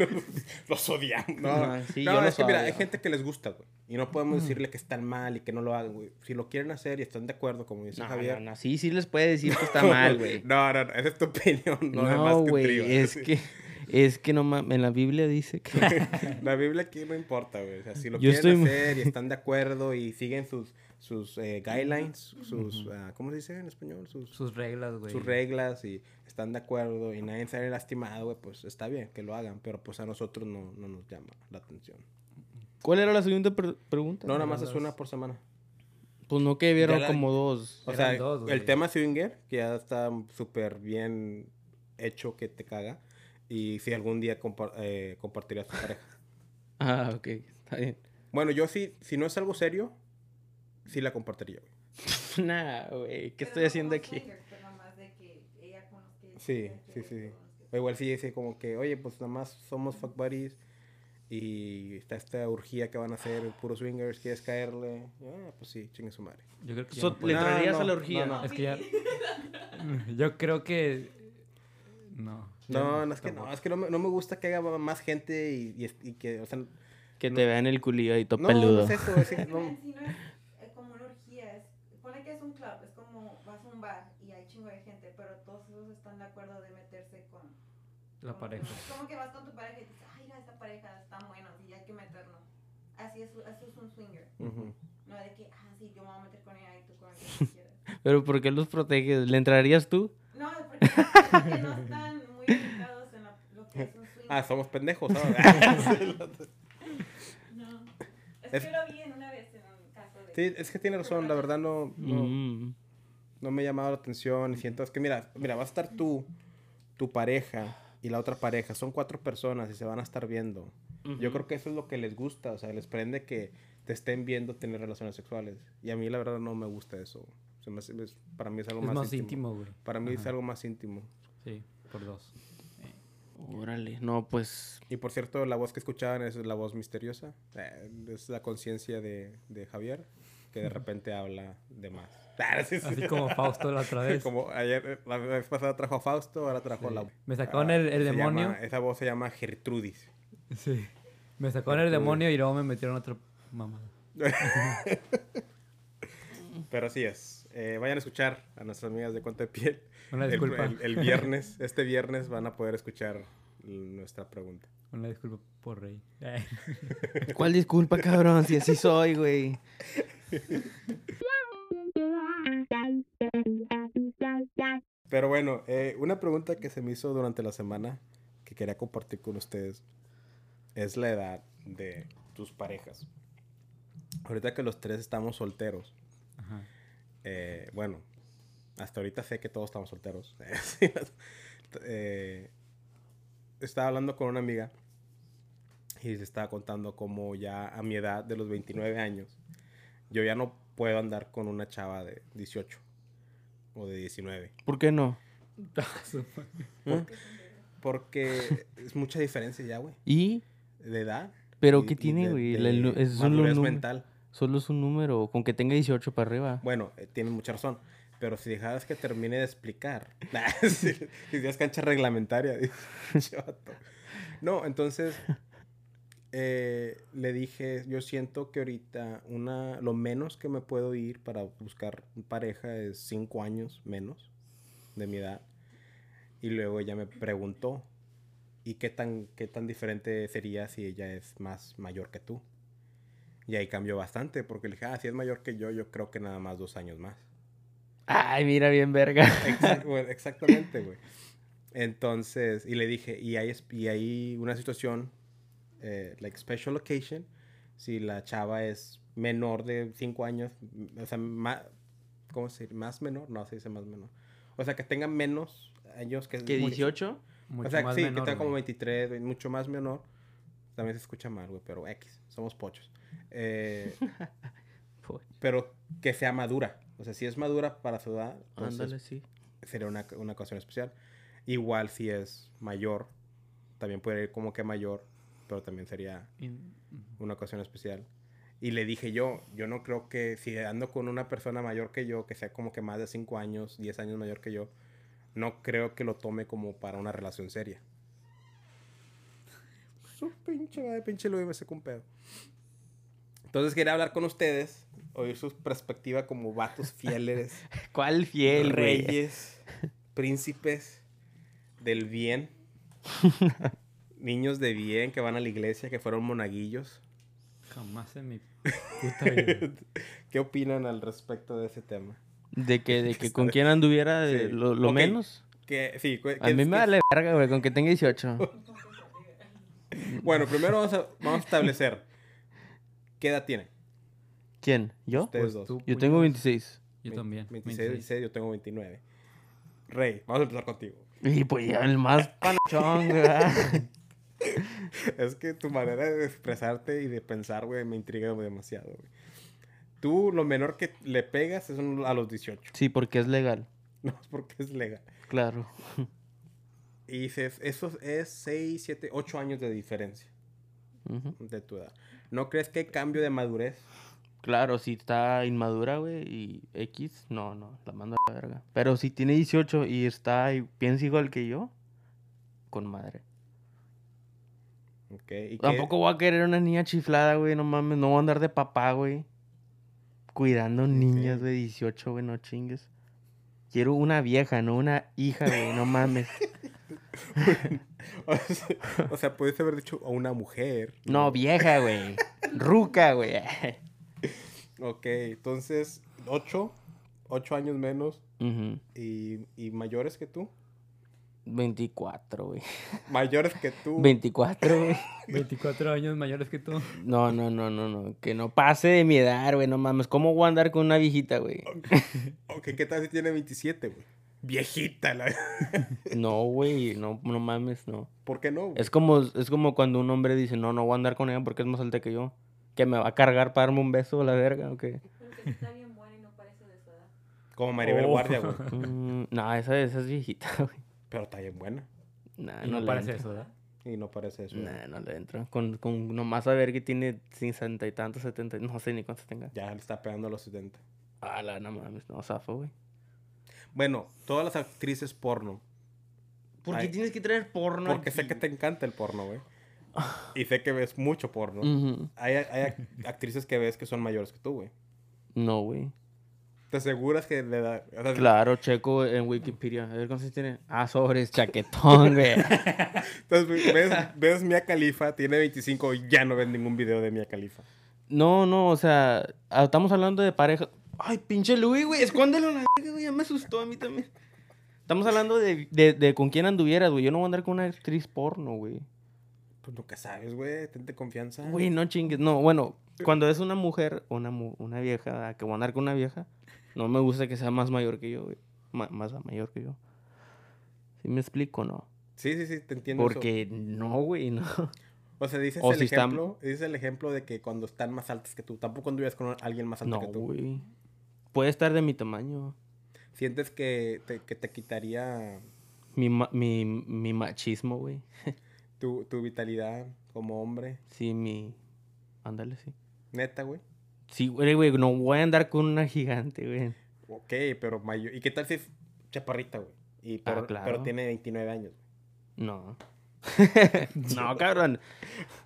[SPEAKER 1] los odiamos. No,
[SPEAKER 3] Ajá, sí,
[SPEAKER 1] No,
[SPEAKER 3] yo
[SPEAKER 1] es
[SPEAKER 3] los
[SPEAKER 1] que mira,
[SPEAKER 3] odio.
[SPEAKER 1] hay gente que les gusta, güey. Y no podemos decirle que están mal y que no lo hagan, güey. Si lo quieren hacer y están de acuerdo, como dice
[SPEAKER 3] No,
[SPEAKER 1] Javier.
[SPEAKER 3] no, no, sí, sí les puede decir que está mal, güey.
[SPEAKER 1] No, no, no, esa es tu opinión. No, de más
[SPEAKER 3] No,
[SPEAKER 1] te
[SPEAKER 3] güey,
[SPEAKER 1] privas.
[SPEAKER 3] es que... Es que no mames, en la Biblia dice que...
[SPEAKER 1] La Biblia aquí no importa, güey. O sea, si lo
[SPEAKER 3] Yo
[SPEAKER 1] quieren
[SPEAKER 3] estoy-
[SPEAKER 1] hacer y están de acuerdo y siguen sus, sus eh, guidelines, sus... ah, ¿Cómo se dice en español? Sus,
[SPEAKER 2] Sus reglas, güey.
[SPEAKER 1] sus reglas y están de acuerdo y nadie sale lastimado, güey, pues está bien que lo hagan, pero pues a nosotros no, no nos llama la atención.
[SPEAKER 3] ¿Cuál era la segunda pre- pregunta?
[SPEAKER 1] No, nada más
[SPEAKER 2] las-
[SPEAKER 1] es una por semana.
[SPEAKER 3] Pues no que vieron
[SPEAKER 1] Ya la-
[SPEAKER 3] como dos.
[SPEAKER 1] O
[SPEAKER 2] Eran
[SPEAKER 1] sea,
[SPEAKER 2] dos, güey.
[SPEAKER 1] el tema swinger, que ya está súper bien hecho que te caga. Y si algún día compa- eh, compartirías tu pareja.
[SPEAKER 3] Ah, ok, está bien.
[SPEAKER 1] Bueno, yo sí, si no es algo serio, sí la compartiría. güey.
[SPEAKER 3] Nah, güey, ¿qué
[SPEAKER 4] Pero
[SPEAKER 3] estoy
[SPEAKER 4] no
[SPEAKER 3] haciendo
[SPEAKER 4] como
[SPEAKER 3] aquí?
[SPEAKER 4] swinger, pero nomás de que ella con los que ella
[SPEAKER 1] Sí,
[SPEAKER 4] se
[SPEAKER 1] sí,
[SPEAKER 4] quede,
[SPEAKER 1] sí.
[SPEAKER 4] con los que-
[SPEAKER 1] O igual sí dice como que, oye, pues nada más somos fuck buddies. Y está esta urgía que van a hacer, puros swingers, quieres caerle. Ah, pues sí, chingue su madre.
[SPEAKER 2] Yo creo que ya
[SPEAKER 3] So-
[SPEAKER 2] no
[SPEAKER 3] ¿Le
[SPEAKER 2] puedo.
[SPEAKER 1] No,
[SPEAKER 3] entrarías
[SPEAKER 1] no,
[SPEAKER 3] a la orgía?
[SPEAKER 1] no, no.
[SPEAKER 2] Es que ya... Yo creo que... No.
[SPEAKER 1] No,
[SPEAKER 2] Ya
[SPEAKER 1] no, es que no,
[SPEAKER 2] tampoco.
[SPEAKER 1] es que no me, no me gusta que haga más gente y, y- y que, o sea, no,
[SPEAKER 3] Que te vean el culillo ahí todo
[SPEAKER 1] no
[SPEAKER 3] peludo.
[SPEAKER 1] es eso, es que no-
[SPEAKER 4] Si no es eh, como una orgía, es, pone que es un club, es como vas a un bar y hay chingo de gente, pero todos esos están de acuerdo de meterse con
[SPEAKER 2] La
[SPEAKER 4] con-
[SPEAKER 2] pareja.
[SPEAKER 4] Es como que vas con tu pareja y dices, ay, mira, esta pareja está buena, y hay que meternos. Así es, así es un swinger.
[SPEAKER 1] Ujú.
[SPEAKER 4] No de que, ah, sí, yo me voy a meter con ella y tú con ella si quieres.
[SPEAKER 3] Pero ¿por qué los proteges? ¿Le entrarías tú?
[SPEAKER 4] No, es porque porque no están muy educados en la- lo que es un swinger.
[SPEAKER 1] Ah, somos pendejos. ¿sabes?
[SPEAKER 4] No. Es,
[SPEAKER 1] Es-
[SPEAKER 4] que lo vi en una vez en un caso de.
[SPEAKER 1] sí, es que tiene razón, la verdad no, no,
[SPEAKER 3] Mm.
[SPEAKER 1] no me ha llamado la atención. Y siento, es que mira, mira, va a estar tú, tu pareja y la otra pareja. Son cuatro personas y se van a estar viendo. Yo creo que eso es lo que les gusta, o sea, les prende que te estén viendo tener relaciones sexuales. Y a mí la verdad no me gusta eso. Se me hace- es- para mí es algo
[SPEAKER 2] Es
[SPEAKER 1] más,
[SPEAKER 2] más
[SPEAKER 1] íntimo.
[SPEAKER 2] íntimo, güey.
[SPEAKER 1] Para mí es
[SPEAKER 2] Ajá.
[SPEAKER 1] algo más íntimo.
[SPEAKER 2] Sí, por dos.
[SPEAKER 3] Órale, no, pues.
[SPEAKER 1] Y por cierto, la voz que escuchaban es la voz misteriosa. Eh, es la conciencia de, de Javier, que de repente habla de más. Ah, sí, sí.
[SPEAKER 2] Así como Fausto la otra vez.
[SPEAKER 1] Como ayer, eh, la vez pasada trajo a Fausto, ahora trajo a la...
[SPEAKER 2] Me sacaron
[SPEAKER 1] Ah,
[SPEAKER 2] el, el
[SPEAKER 1] se
[SPEAKER 2] demonio.
[SPEAKER 1] llama- esa voz se llama Gertrudis.
[SPEAKER 2] Sí. Me sacaron el
[SPEAKER 1] Gertrude.
[SPEAKER 2] demonio y luego me metieron otra mamá.
[SPEAKER 1] Pero así es. Eh, vayan a escuchar a nuestras amigas de Cuenta de Piel.
[SPEAKER 2] Una
[SPEAKER 1] El-
[SPEAKER 2] disculpa.
[SPEAKER 1] El, el viernes, este viernes van a poder escuchar nuestra pregunta.
[SPEAKER 2] Una disculpa por rey.
[SPEAKER 3] ¿Cuál disculpa, cabrón? Si así soy, güey.
[SPEAKER 1] Pero bueno, eh, una pregunta que se me hizo durante la semana que quería compartir con ustedes es la edad de tus parejas. Ahorita que los tres estamos solteros,
[SPEAKER 2] Ajá.
[SPEAKER 1] eh, bueno, hasta ahorita sé que todos estamos solteros. Sí, eh, estaba hablando con una amiga y se estaba contando como ya a mi edad de los 29 años, yo ya no puedo andar con una chava de 18 o de 19.
[SPEAKER 3] ¿Por qué no?
[SPEAKER 1] Porque es mucha diferencia ya, güey.
[SPEAKER 3] ¿Y?
[SPEAKER 1] De edad.
[SPEAKER 3] ¿Pero
[SPEAKER 1] y-
[SPEAKER 3] qué
[SPEAKER 1] y
[SPEAKER 3] tiene,
[SPEAKER 1] de-
[SPEAKER 3] güey?
[SPEAKER 1] de
[SPEAKER 3] La- el- es solo un
[SPEAKER 1] madurez
[SPEAKER 3] número.
[SPEAKER 1] mental.
[SPEAKER 3] Solo es un número, con que tenga 18 para arriba.
[SPEAKER 1] Bueno, eh, tienes mucha razón. Pero si dejaras que termine de explicar. si si hicieras cancha reglamentaria. dice, "Che, vato". no, entonces. eh, le dije, yo siento que ahorita una, lo menos que me puedo ir para buscar pareja es cinco años menos de mi edad. Y luego ella me preguntó, ¿y qué tan, qué tan diferente sería si ella es más mayor que tú? Y ahí cambió bastante, porque le dije, ah, si es mayor que yo, yo creo que nada más dos años más.
[SPEAKER 3] Ay, mira, bien verga.
[SPEAKER 1] Exact- güey, exactamente, güey. Entonces, y le dije, y hay, es- y hay una situación, eh, like special occasion, si la chava es menor de 5 años, m- o sea, más, ¿cómo se dice? ¿Más menor? No, se dice más menor. O sea, que tenga menos años que...
[SPEAKER 3] ¿Que
[SPEAKER 1] muy-
[SPEAKER 3] 18?
[SPEAKER 2] Mucho
[SPEAKER 1] o sea,
[SPEAKER 2] más
[SPEAKER 1] sí,
[SPEAKER 2] menor,
[SPEAKER 1] que está como
[SPEAKER 2] güey.
[SPEAKER 1] 23, güey, mucho más menor. También se escucha mal, güey, pero X, somos pochos. Eh,
[SPEAKER 3] Pues,
[SPEAKER 1] pero que sea madura. O sea, si es madura para su edad, entonces
[SPEAKER 3] ándale, sí.
[SPEAKER 1] sería una, una ocasión especial. Igual si es mayor, también puede ir como que mayor, pero también sería
[SPEAKER 2] In-
[SPEAKER 1] una ocasión especial. Y le dije yo, yo no creo que si ando con una persona mayor que yo, que sea como que más de 5 años, 10 años mayor que yo, no creo que lo tome como para una relación seria. Su pinche madre, pinche Luis me sacó un pedo. Entonces quería hablar con ustedes, oír su perspectiva como vatos fieles,
[SPEAKER 3] ¿Cuál fiel, güey?
[SPEAKER 1] reyes, príncipes del bien, niños de bien que van a la iglesia, que fueron monaguillos.
[SPEAKER 2] Jamás en mi puta vida.
[SPEAKER 1] ¿Qué opinan al respecto de ese tema?
[SPEAKER 3] ¿De que, de que con quién anduviera de
[SPEAKER 1] Sí.
[SPEAKER 3] lo, lo
[SPEAKER 1] Ok.
[SPEAKER 3] menos?
[SPEAKER 1] Que, sí, cu-
[SPEAKER 3] A
[SPEAKER 1] que-
[SPEAKER 3] mí
[SPEAKER 1] que-
[SPEAKER 3] me vale verga, güey, con que tenga 18.
[SPEAKER 1] Bueno, primero vamos a, vamos a establecer qué edad tiene.
[SPEAKER 3] ¿Quién? ¿Yo?
[SPEAKER 1] Ustedes
[SPEAKER 2] Pues
[SPEAKER 1] dos.
[SPEAKER 2] tú,
[SPEAKER 3] Yo
[SPEAKER 2] puños.
[SPEAKER 3] tengo 26.
[SPEAKER 2] Yo también.
[SPEAKER 1] 26,
[SPEAKER 2] 26.
[SPEAKER 1] 26, yo tengo 29. Rey, vamos a empezar contigo.
[SPEAKER 3] Y pues ya el más panchón, güey.
[SPEAKER 1] Es que tu manera de expresarte y de pensar, güey, me intriga demasiado, güey. Tú lo menor que le pegas es un- a los 18.
[SPEAKER 3] Sí, porque es legal.
[SPEAKER 1] No es porque es legal.
[SPEAKER 3] Claro.
[SPEAKER 1] Y dices, eso es 6, 7, 8 años de diferencia
[SPEAKER 3] Ujú.
[SPEAKER 1] de tu edad. ¿No crees que hay cambio de madurez?
[SPEAKER 3] Claro, si está inmadura, güey, y X, no, no, la mando a la verga. Pero si tiene 18 y está y piensa igual que yo, con madre.
[SPEAKER 1] Ok, ¿y qué-
[SPEAKER 3] Tampoco voy a querer una niña chiflada, güey, no mames, no voy a andar de papá, güey. Cuidando niñas de 18, güey, no chingues. Quiero una vieja, no una hija, güey, no mames.
[SPEAKER 1] O sea, o sea, pudiste haber dicho a una mujer.
[SPEAKER 3] No, vieja, güey. Ruca, güey.
[SPEAKER 1] Ok, entonces, 8, 8 años menos
[SPEAKER 3] Ujú.
[SPEAKER 1] y, y mayores que tú.
[SPEAKER 3] 24, güey.
[SPEAKER 1] Mayores que tú.
[SPEAKER 3] 24, güey.
[SPEAKER 2] 24 años mayores que tú.
[SPEAKER 3] No, no, no, no, no. Que no pase de mi edad, güey. No mames. ¿Cómo voy a andar con una viejita, güey?
[SPEAKER 1] Ok, ¿qué tal si tiene 27, güey? Viejita la...
[SPEAKER 3] No, güey, no, no mames, no.
[SPEAKER 1] ¿Por qué no?
[SPEAKER 3] Es como, es como cuando un hombre dice, no, no voy a andar con ella porque es más alta que yo. Que me va a cargar para darme un beso a la verga, ¿o qué?
[SPEAKER 4] Porque está bien buena y no parece de su edad.
[SPEAKER 1] Como Maribel
[SPEAKER 2] Oh.
[SPEAKER 1] Guardia, güey.
[SPEAKER 3] Mm, no, esa, esa es viejita, güey.
[SPEAKER 1] Pero está bien buena.
[SPEAKER 3] Nah,
[SPEAKER 2] Y no
[SPEAKER 3] Ah, le
[SPEAKER 2] parece
[SPEAKER 3] entro.
[SPEAKER 2] eso, ¿verdad?
[SPEAKER 1] Y no parece eso.
[SPEAKER 3] Nah, no le entro. Con, con nomás saber que tiene sesenta y tantos, setenta, y- no sé ni cuántos tenga.
[SPEAKER 1] Ya le está pegando a los 70.
[SPEAKER 3] Ala, no mames, no, zafo, güey.
[SPEAKER 1] Bueno, todas las actrices porno.
[SPEAKER 3] ¿Por qué
[SPEAKER 1] Ay.
[SPEAKER 3] tienes que traer porno?
[SPEAKER 1] Porque sé que te encanta el porno, güey. Y sé que ves mucho porno.
[SPEAKER 3] Ujú.
[SPEAKER 1] Hay, hay ac- actrices que ves que son mayores que tú, güey.
[SPEAKER 3] No, güey.
[SPEAKER 1] ¿Te aseguras que le da... o sea,
[SPEAKER 3] Claro, checo en Wikipedia. A ver cuántos años tiene. Ah, sobres, chaquetón, güey.
[SPEAKER 1] Entonces, ves, ves Mia Khalifa, tiene 25 y ya no ves ningún video de Mia Khalifa.
[SPEAKER 3] No, no, o sea, ah, estamos hablando de pareja. Ay, pinche Luis, güey, escóndelo, la verga, güey, ya me asustó a mí también. Estamos hablando de, de, de con quién anduvieras, güey. Yo no voy a andar con una actriz porno, güey.
[SPEAKER 1] Pues nunca sabes, güey. Tente confianza.
[SPEAKER 3] Güey, no chingues. No, bueno, cuando es una mujer, una, mu- una vieja, ¿verdad? que voy a andar con una vieja, no me gusta que sea más mayor que yo, güey. Ma- más mayor que yo. ¿Sí me explico, no?
[SPEAKER 1] Sí, sí, sí, te entiendo. eso.
[SPEAKER 3] Porque no, güey, no.
[SPEAKER 1] O sea, dices
[SPEAKER 3] O
[SPEAKER 1] el
[SPEAKER 3] si están-
[SPEAKER 1] ejemplo, dices el ejemplo de que cuando están más altas que tú, tampoco anduvieras con alguien más alto
[SPEAKER 3] No,
[SPEAKER 1] que tú.
[SPEAKER 3] güey. Puede estar de mi tamaño.
[SPEAKER 1] Sientes que te, que te quitaría
[SPEAKER 3] Mi, ma- mi, mi machismo, güey.
[SPEAKER 1] tu, tu vitalidad como hombre,
[SPEAKER 3] Sí, mi. Ándale, sí.
[SPEAKER 1] neta, güey.
[SPEAKER 3] Sí, güey, güey, no voy a andar con una gigante, güey.
[SPEAKER 1] Ok, pero mayor. ¿Y qué tal si es chaparrita, güey? Y
[SPEAKER 3] Ah,
[SPEAKER 1] pero,
[SPEAKER 3] claro.
[SPEAKER 1] pero tiene 29 años.
[SPEAKER 3] No. no, cabrón.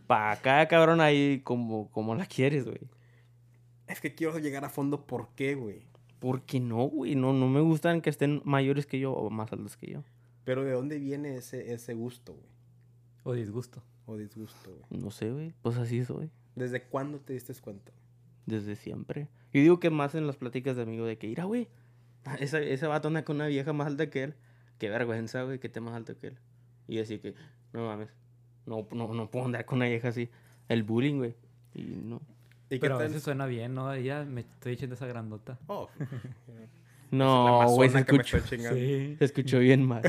[SPEAKER 3] Para cada cabrón ahí como, como la quieres, güey.
[SPEAKER 1] Es que quiero llegar a fondo, ¿por qué, güey?
[SPEAKER 3] Porque no, güey. No, no me gustan que estén mayores que yo o más altos que yo.
[SPEAKER 1] Pero ¿de dónde viene ese, ese gusto, güey?
[SPEAKER 2] O disgusto.
[SPEAKER 1] O disgusto, güey.
[SPEAKER 3] No sé, güey. Pues así soy.
[SPEAKER 1] ¿Desde cuándo te diste cuenta?
[SPEAKER 3] Desde siempre. Yo digo que más en las pláticas de amigos de que, ira, güey. Esa, ese vato anda con una vieja más alta que él. Qué vergüenza, güey, que esté más alto que él. Y así que, no mames. No, no, no puedo andar con una vieja así. El bullying, güey. Y no.
[SPEAKER 1] ¿Y
[SPEAKER 2] Pero a
[SPEAKER 1] qué tal?
[SPEAKER 2] veces suena bien, ¿no? Ya me estoy echando esa grandota.
[SPEAKER 1] Oh,
[SPEAKER 3] No, güey, se
[SPEAKER 1] Amazona que me
[SPEAKER 3] escuchó,
[SPEAKER 1] estoy chingando.
[SPEAKER 2] Sí.
[SPEAKER 3] se escuchó bien mal.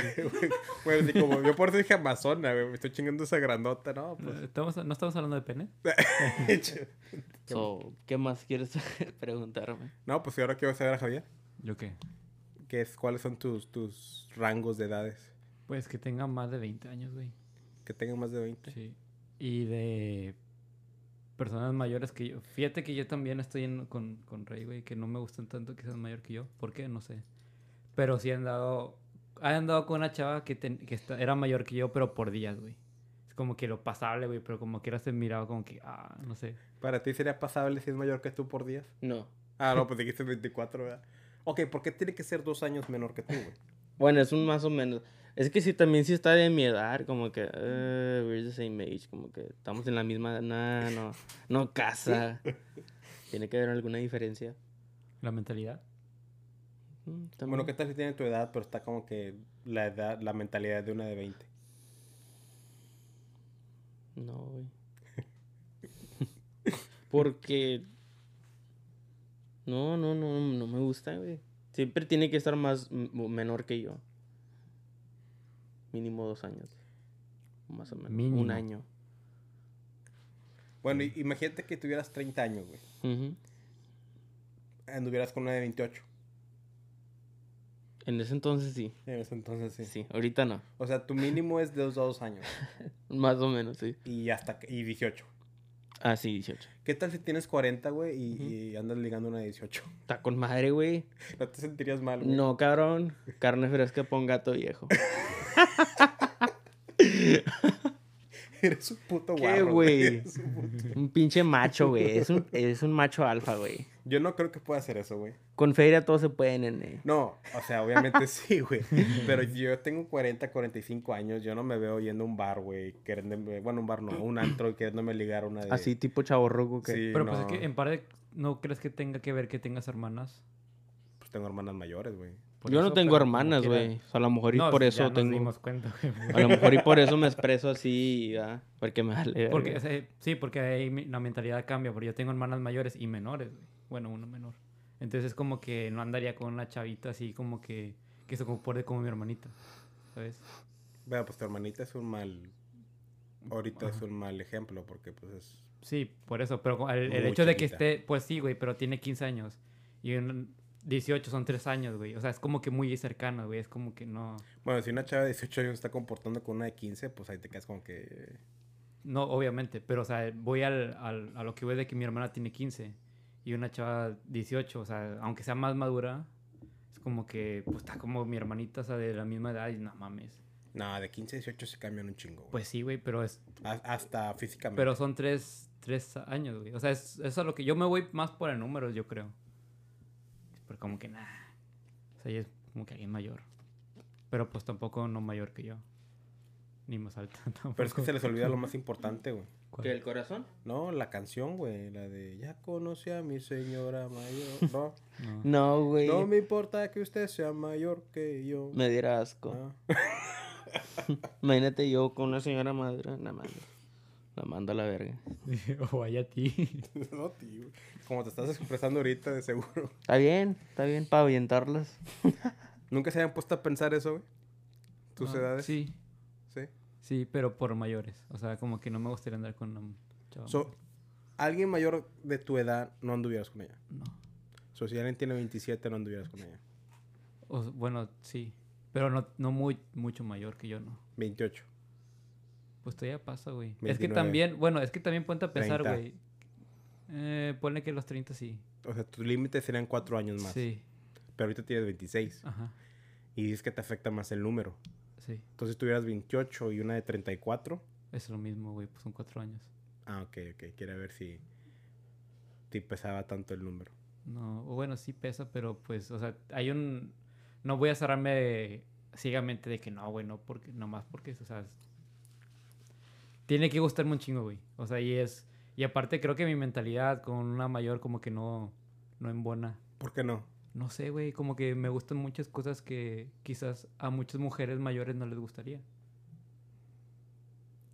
[SPEAKER 1] Bueno, así como yo por eso dije Amazona, güey. Me estoy chingando esa grandota, ¿no? Pues,
[SPEAKER 2] ¿Estamos, ¿No estamos hablando de pene?
[SPEAKER 3] So, ¿Qué más quieres preguntarme?
[SPEAKER 1] no, pues y ahora quiero saber a Javier.
[SPEAKER 2] ¿Yo qué?
[SPEAKER 1] ¿Qué es, ¿Cuáles son tus, tus rangos de edades?
[SPEAKER 2] Pues que tenga más de 20 años, güey.
[SPEAKER 1] Que tengan más de 20.
[SPEAKER 2] Sí. Y de personas mayores que yo. Fíjate que yo también estoy en- con, con Rey, güey, que no me gustan tanto que sean mayor que yo. ¿Por qué? No sé. Pero sí han dado... Han andado con una chava que, ten- que esta- era mayor que yo, pero por días, güey. Es como que lo pasable, güey, pero como que era se miraba como que, ah, no sé.
[SPEAKER 1] ¿Para ti sería pasable si es mayor que tú por días?
[SPEAKER 3] No.
[SPEAKER 1] Ah, no, pues dijiste 24, ¿verdad? Ok, ¿por qué tiene que ser dos años menor que tú, güey?
[SPEAKER 3] Bueno, es un más o menos. Es que si también si está de mi edad, como que, eh, we're the same age, como que estamos en la misma edad, nah, no, no casa. Tiene que haber alguna diferencia.
[SPEAKER 2] La mentalidad.
[SPEAKER 3] Mm, también.
[SPEAKER 1] Bueno, ¿qué tal si tiene tu edad, pero está como que la edad, la mentalidad de una de 20?
[SPEAKER 3] No, güey. Porque, no, no, no, no me gusta, güey. Siempre tiene que estar más, m- menor que yo. Mínimo dos años. Más o menos. Un
[SPEAKER 2] Mínimo.
[SPEAKER 3] año.
[SPEAKER 1] Bueno, i- imagínate que tuvieras 30 años, güey.
[SPEAKER 3] Ujú.
[SPEAKER 1] Anduvieras con una de 28.
[SPEAKER 3] En ese entonces sí.
[SPEAKER 1] En ese entonces sí.
[SPEAKER 3] Sí, ahorita no.
[SPEAKER 1] O sea, tu mínimo es de dos a dos años.
[SPEAKER 3] Más o menos, sí.
[SPEAKER 1] Y hasta que- y 18.
[SPEAKER 3] Ah, sí, 18.
[SPEAKER 1] ¿Qué tal si tienes 40, güey, y, y andas ligando una de 18?
[SPEAKER 3] Está con madre, güey.
[SPEAKER 1] No te sentirías mal, güey.
[SPEAKER 3] No, cabrón. Carne fresca pon gato viejo.
[SPEAKER 1] Eres un puto
[SPEAKER 3] ¿Qué,
[SPEAKER 1] guarro,
[SPEAKER 3] güey?
[SPEAKER 1] Eres un puto-
[SPEAKER 3] Un pinche macho, güey. Es un, es un macho alfa, güey.
[SPEAKER 1] Yo no creo que pueda hacer eso, güey.
[SPEAKER 3] Con feria todo se puede, nene.
[SPEAKER 1] No, o sea, obviamente sí, güey. Pero yo tengo 40, 45 años. Yo no me veo yendo a un bar, güey. queriéndome- Bueno, un bar no, un antro y queriéndome ligar una de...
[SPEAKER 3] Así tipo chaborroco que...
[SPEAKER 1] Sí,
[SPEAKER 2] Ah, pero pues es
[SPEAKER 1] no.
[SPEAKER 2] que en parte, ¿no crees que tenga que ver que tengas hermanas?
[SPEAKER 1] Pues tengo hermanas mayores, güey.
[SPEAKER 2] Por
[SPEAKER 3] Yo no
[SPEAKER 2] eso,
[SPEAKER 3] tengo
[SPEAKER 2] pero como
[SPEAKER 3] hermanas,
[SPEAKER 2] quiera-
[SPEAKER 3] güey. O sea, a lo mejor y
[SPEAKER 2] No,
[SPEAKER 3] por
[SPEAKER 2] ya
[SPEAKER 3] eso
[SPEAKER 2] nos
[SPEAKER 3] tengo...
[SPEAKER 2] dimos cuenta, güey.
[SPEAKER 3] A lo mejor y por eso me expreso así, ¿verdad? Porque me
[SPEAKER 1] Eh,
[SPEAKER 3] vale.
[SPEAKER 2] Porque,
[SPEAKER 3] verga.
[SPEAKER 2] o sea, eh, sí, porque ahí mi- la mentalidad cambia, porque yo tengo hermanas mayores y menores, güey. Bueno, uno menor. Entonces es como que no andaría con una chavita así como que que se comporte como mi hermanita, ¿sabes?
[SPEAKER 1] Bueno, pues tu hermanita es un mal. Ahorita es un mal ejemplo porque, pues, es.
[SPEAKER 2] Sí, por eso, pero con- el, el
[SPEAKER 1] Muy
[SPEAKER 2] hecho de que
[SPEAKER 1] chiquita.
[SPEAKER 2] esté, pues sí, güey, pero tiene 15 años y un 18 son 3 años, güey. O sea, es como que muy cercano, güey, es como que no...
[SPEAKER 1] Bueno, si una chava de 18 años está comportando con una de 15, pues ahí te quedas como que.
[SPEAKER 2] No, obviamente, pero o sea, voy al, al- a lo que voy de que mi hermana tiene 15 y una chava 18, o sea, aunque sea más madura, es como que pues está como mi hermanita, o sea, de la misma edad y no mames.
[SPEAKER 1] No, de 15 a 18 se cambian un chingo, güey.
[SPEAKER 2] Pues sí, güey, pero es
[SPEAKER 1] Ha- hasta físicamente.
[SPEAKER 2] pero son tres, tres años, güey. O sea, es, eso es lo que yo me voy más por el número, yo creo. Pero como que nada. O sea, ya es como que alguien mayor. Pero pues tampoco no mayor que yo. Ni más alta tampoco.
[SPEAKER 1] Pero es que se les olvida lo más importante, güey.
[SPEAKER 2] ¿Cuál?
[SPEAKER 3] ¿Que el corazón?
[SPEAKER 1] No, la canción, güey. La de Ya conocí a mi señora mayor. No,
[SPEAKER 2] No.
[SPEAKER 3] No, güey.
[SPEAKER 1] no
[SPEAKER 3] me...
[SPEAKER 1] me importa que usted sea mayor que yo.
[SPEAKER 3] diera asco.
[SPEAKER 1] Ah.
[SPEAKER 3] Imagínate yo con una señora madura, nada más. La mando a la verga.
[SPEAKER 2] o vaya a ti.
[SPEAKER 1] No, tío. Como te estás expresando ahorita, de seguro.
[SPEAKER 3] Está bien, está bien para ahuyentarlas.
[SPEAKER 1] ¿Nunca se habían puesto a pensar eso, güey? ¿Tus
[SPEAKER 2] Ah,
[SPEAKER 1] edades?
[SPEAKER 2] Sí,
[SPEAKER 1] Sí.
[SPEAKER 2] sí, pero por mayores. O sea, como que no me gustaría andar con una chava
[SPEAKER 1] So,
[SPEAKER 2] mayor.
[SPEAKER 1] alguien mayor de tu edad no anduvieras con ella.
[SPEAKER 2] No.
[SPEAKER 1] So, si alguien tiene 27, no anduvieras con ella.
[SPEAKER 2] O s- bueno, sí. Pero no, no muy, mucho mayor que yo, no.
[SPEAKER 1] 28.
[SPEAKER 2] Pues todavía pasa, güey. Es que
[SPEAKER 1] 29.
[SPEAKER 2] también, bueno, es que también ponte a pensar,
[SPEAKER 1] 30.
[SPEAKER 2] güey. Eh, ponle que los 30 sí.
[SPEAKER 1] O sea, tus límites serían 4 años más.
[SPEAKER 2] Sí, Ah.
[SPEAKER 1] Pero ahorita tienes 26.
[SPEAKER 2] ajá,
[SPEAKER 1] Y dices que te afecta más el número.
[SPEAKER 2] sí.
[SPEAKER 1] Entonces tuvieras 28 y una de 34.
[SPEAKER 2] Es lo mismo, güey, pues son cuatro años.
[SPEAKER 1] Ah, ok, ok. Quiere ver si te pesaba tanto el número.
[SPEAKER 2] No, o bueno, sí pesa, pero pues, o sea, hay un... No voy a cerrarme ciegamente de que no, güey, no, porque, nomás porque, o sea... es- Tiene que gustarme un chingo, güey. O sea, y es... Y aparte creo que mi mentalidad con una mayor como que no, no embona.
[SPEAKER 1] ¿Por qué no?
[SPEAKER 2] No sé, güey, como que me gustan muchas cosas que quizás a muchas mujeres mayores no les gustaría.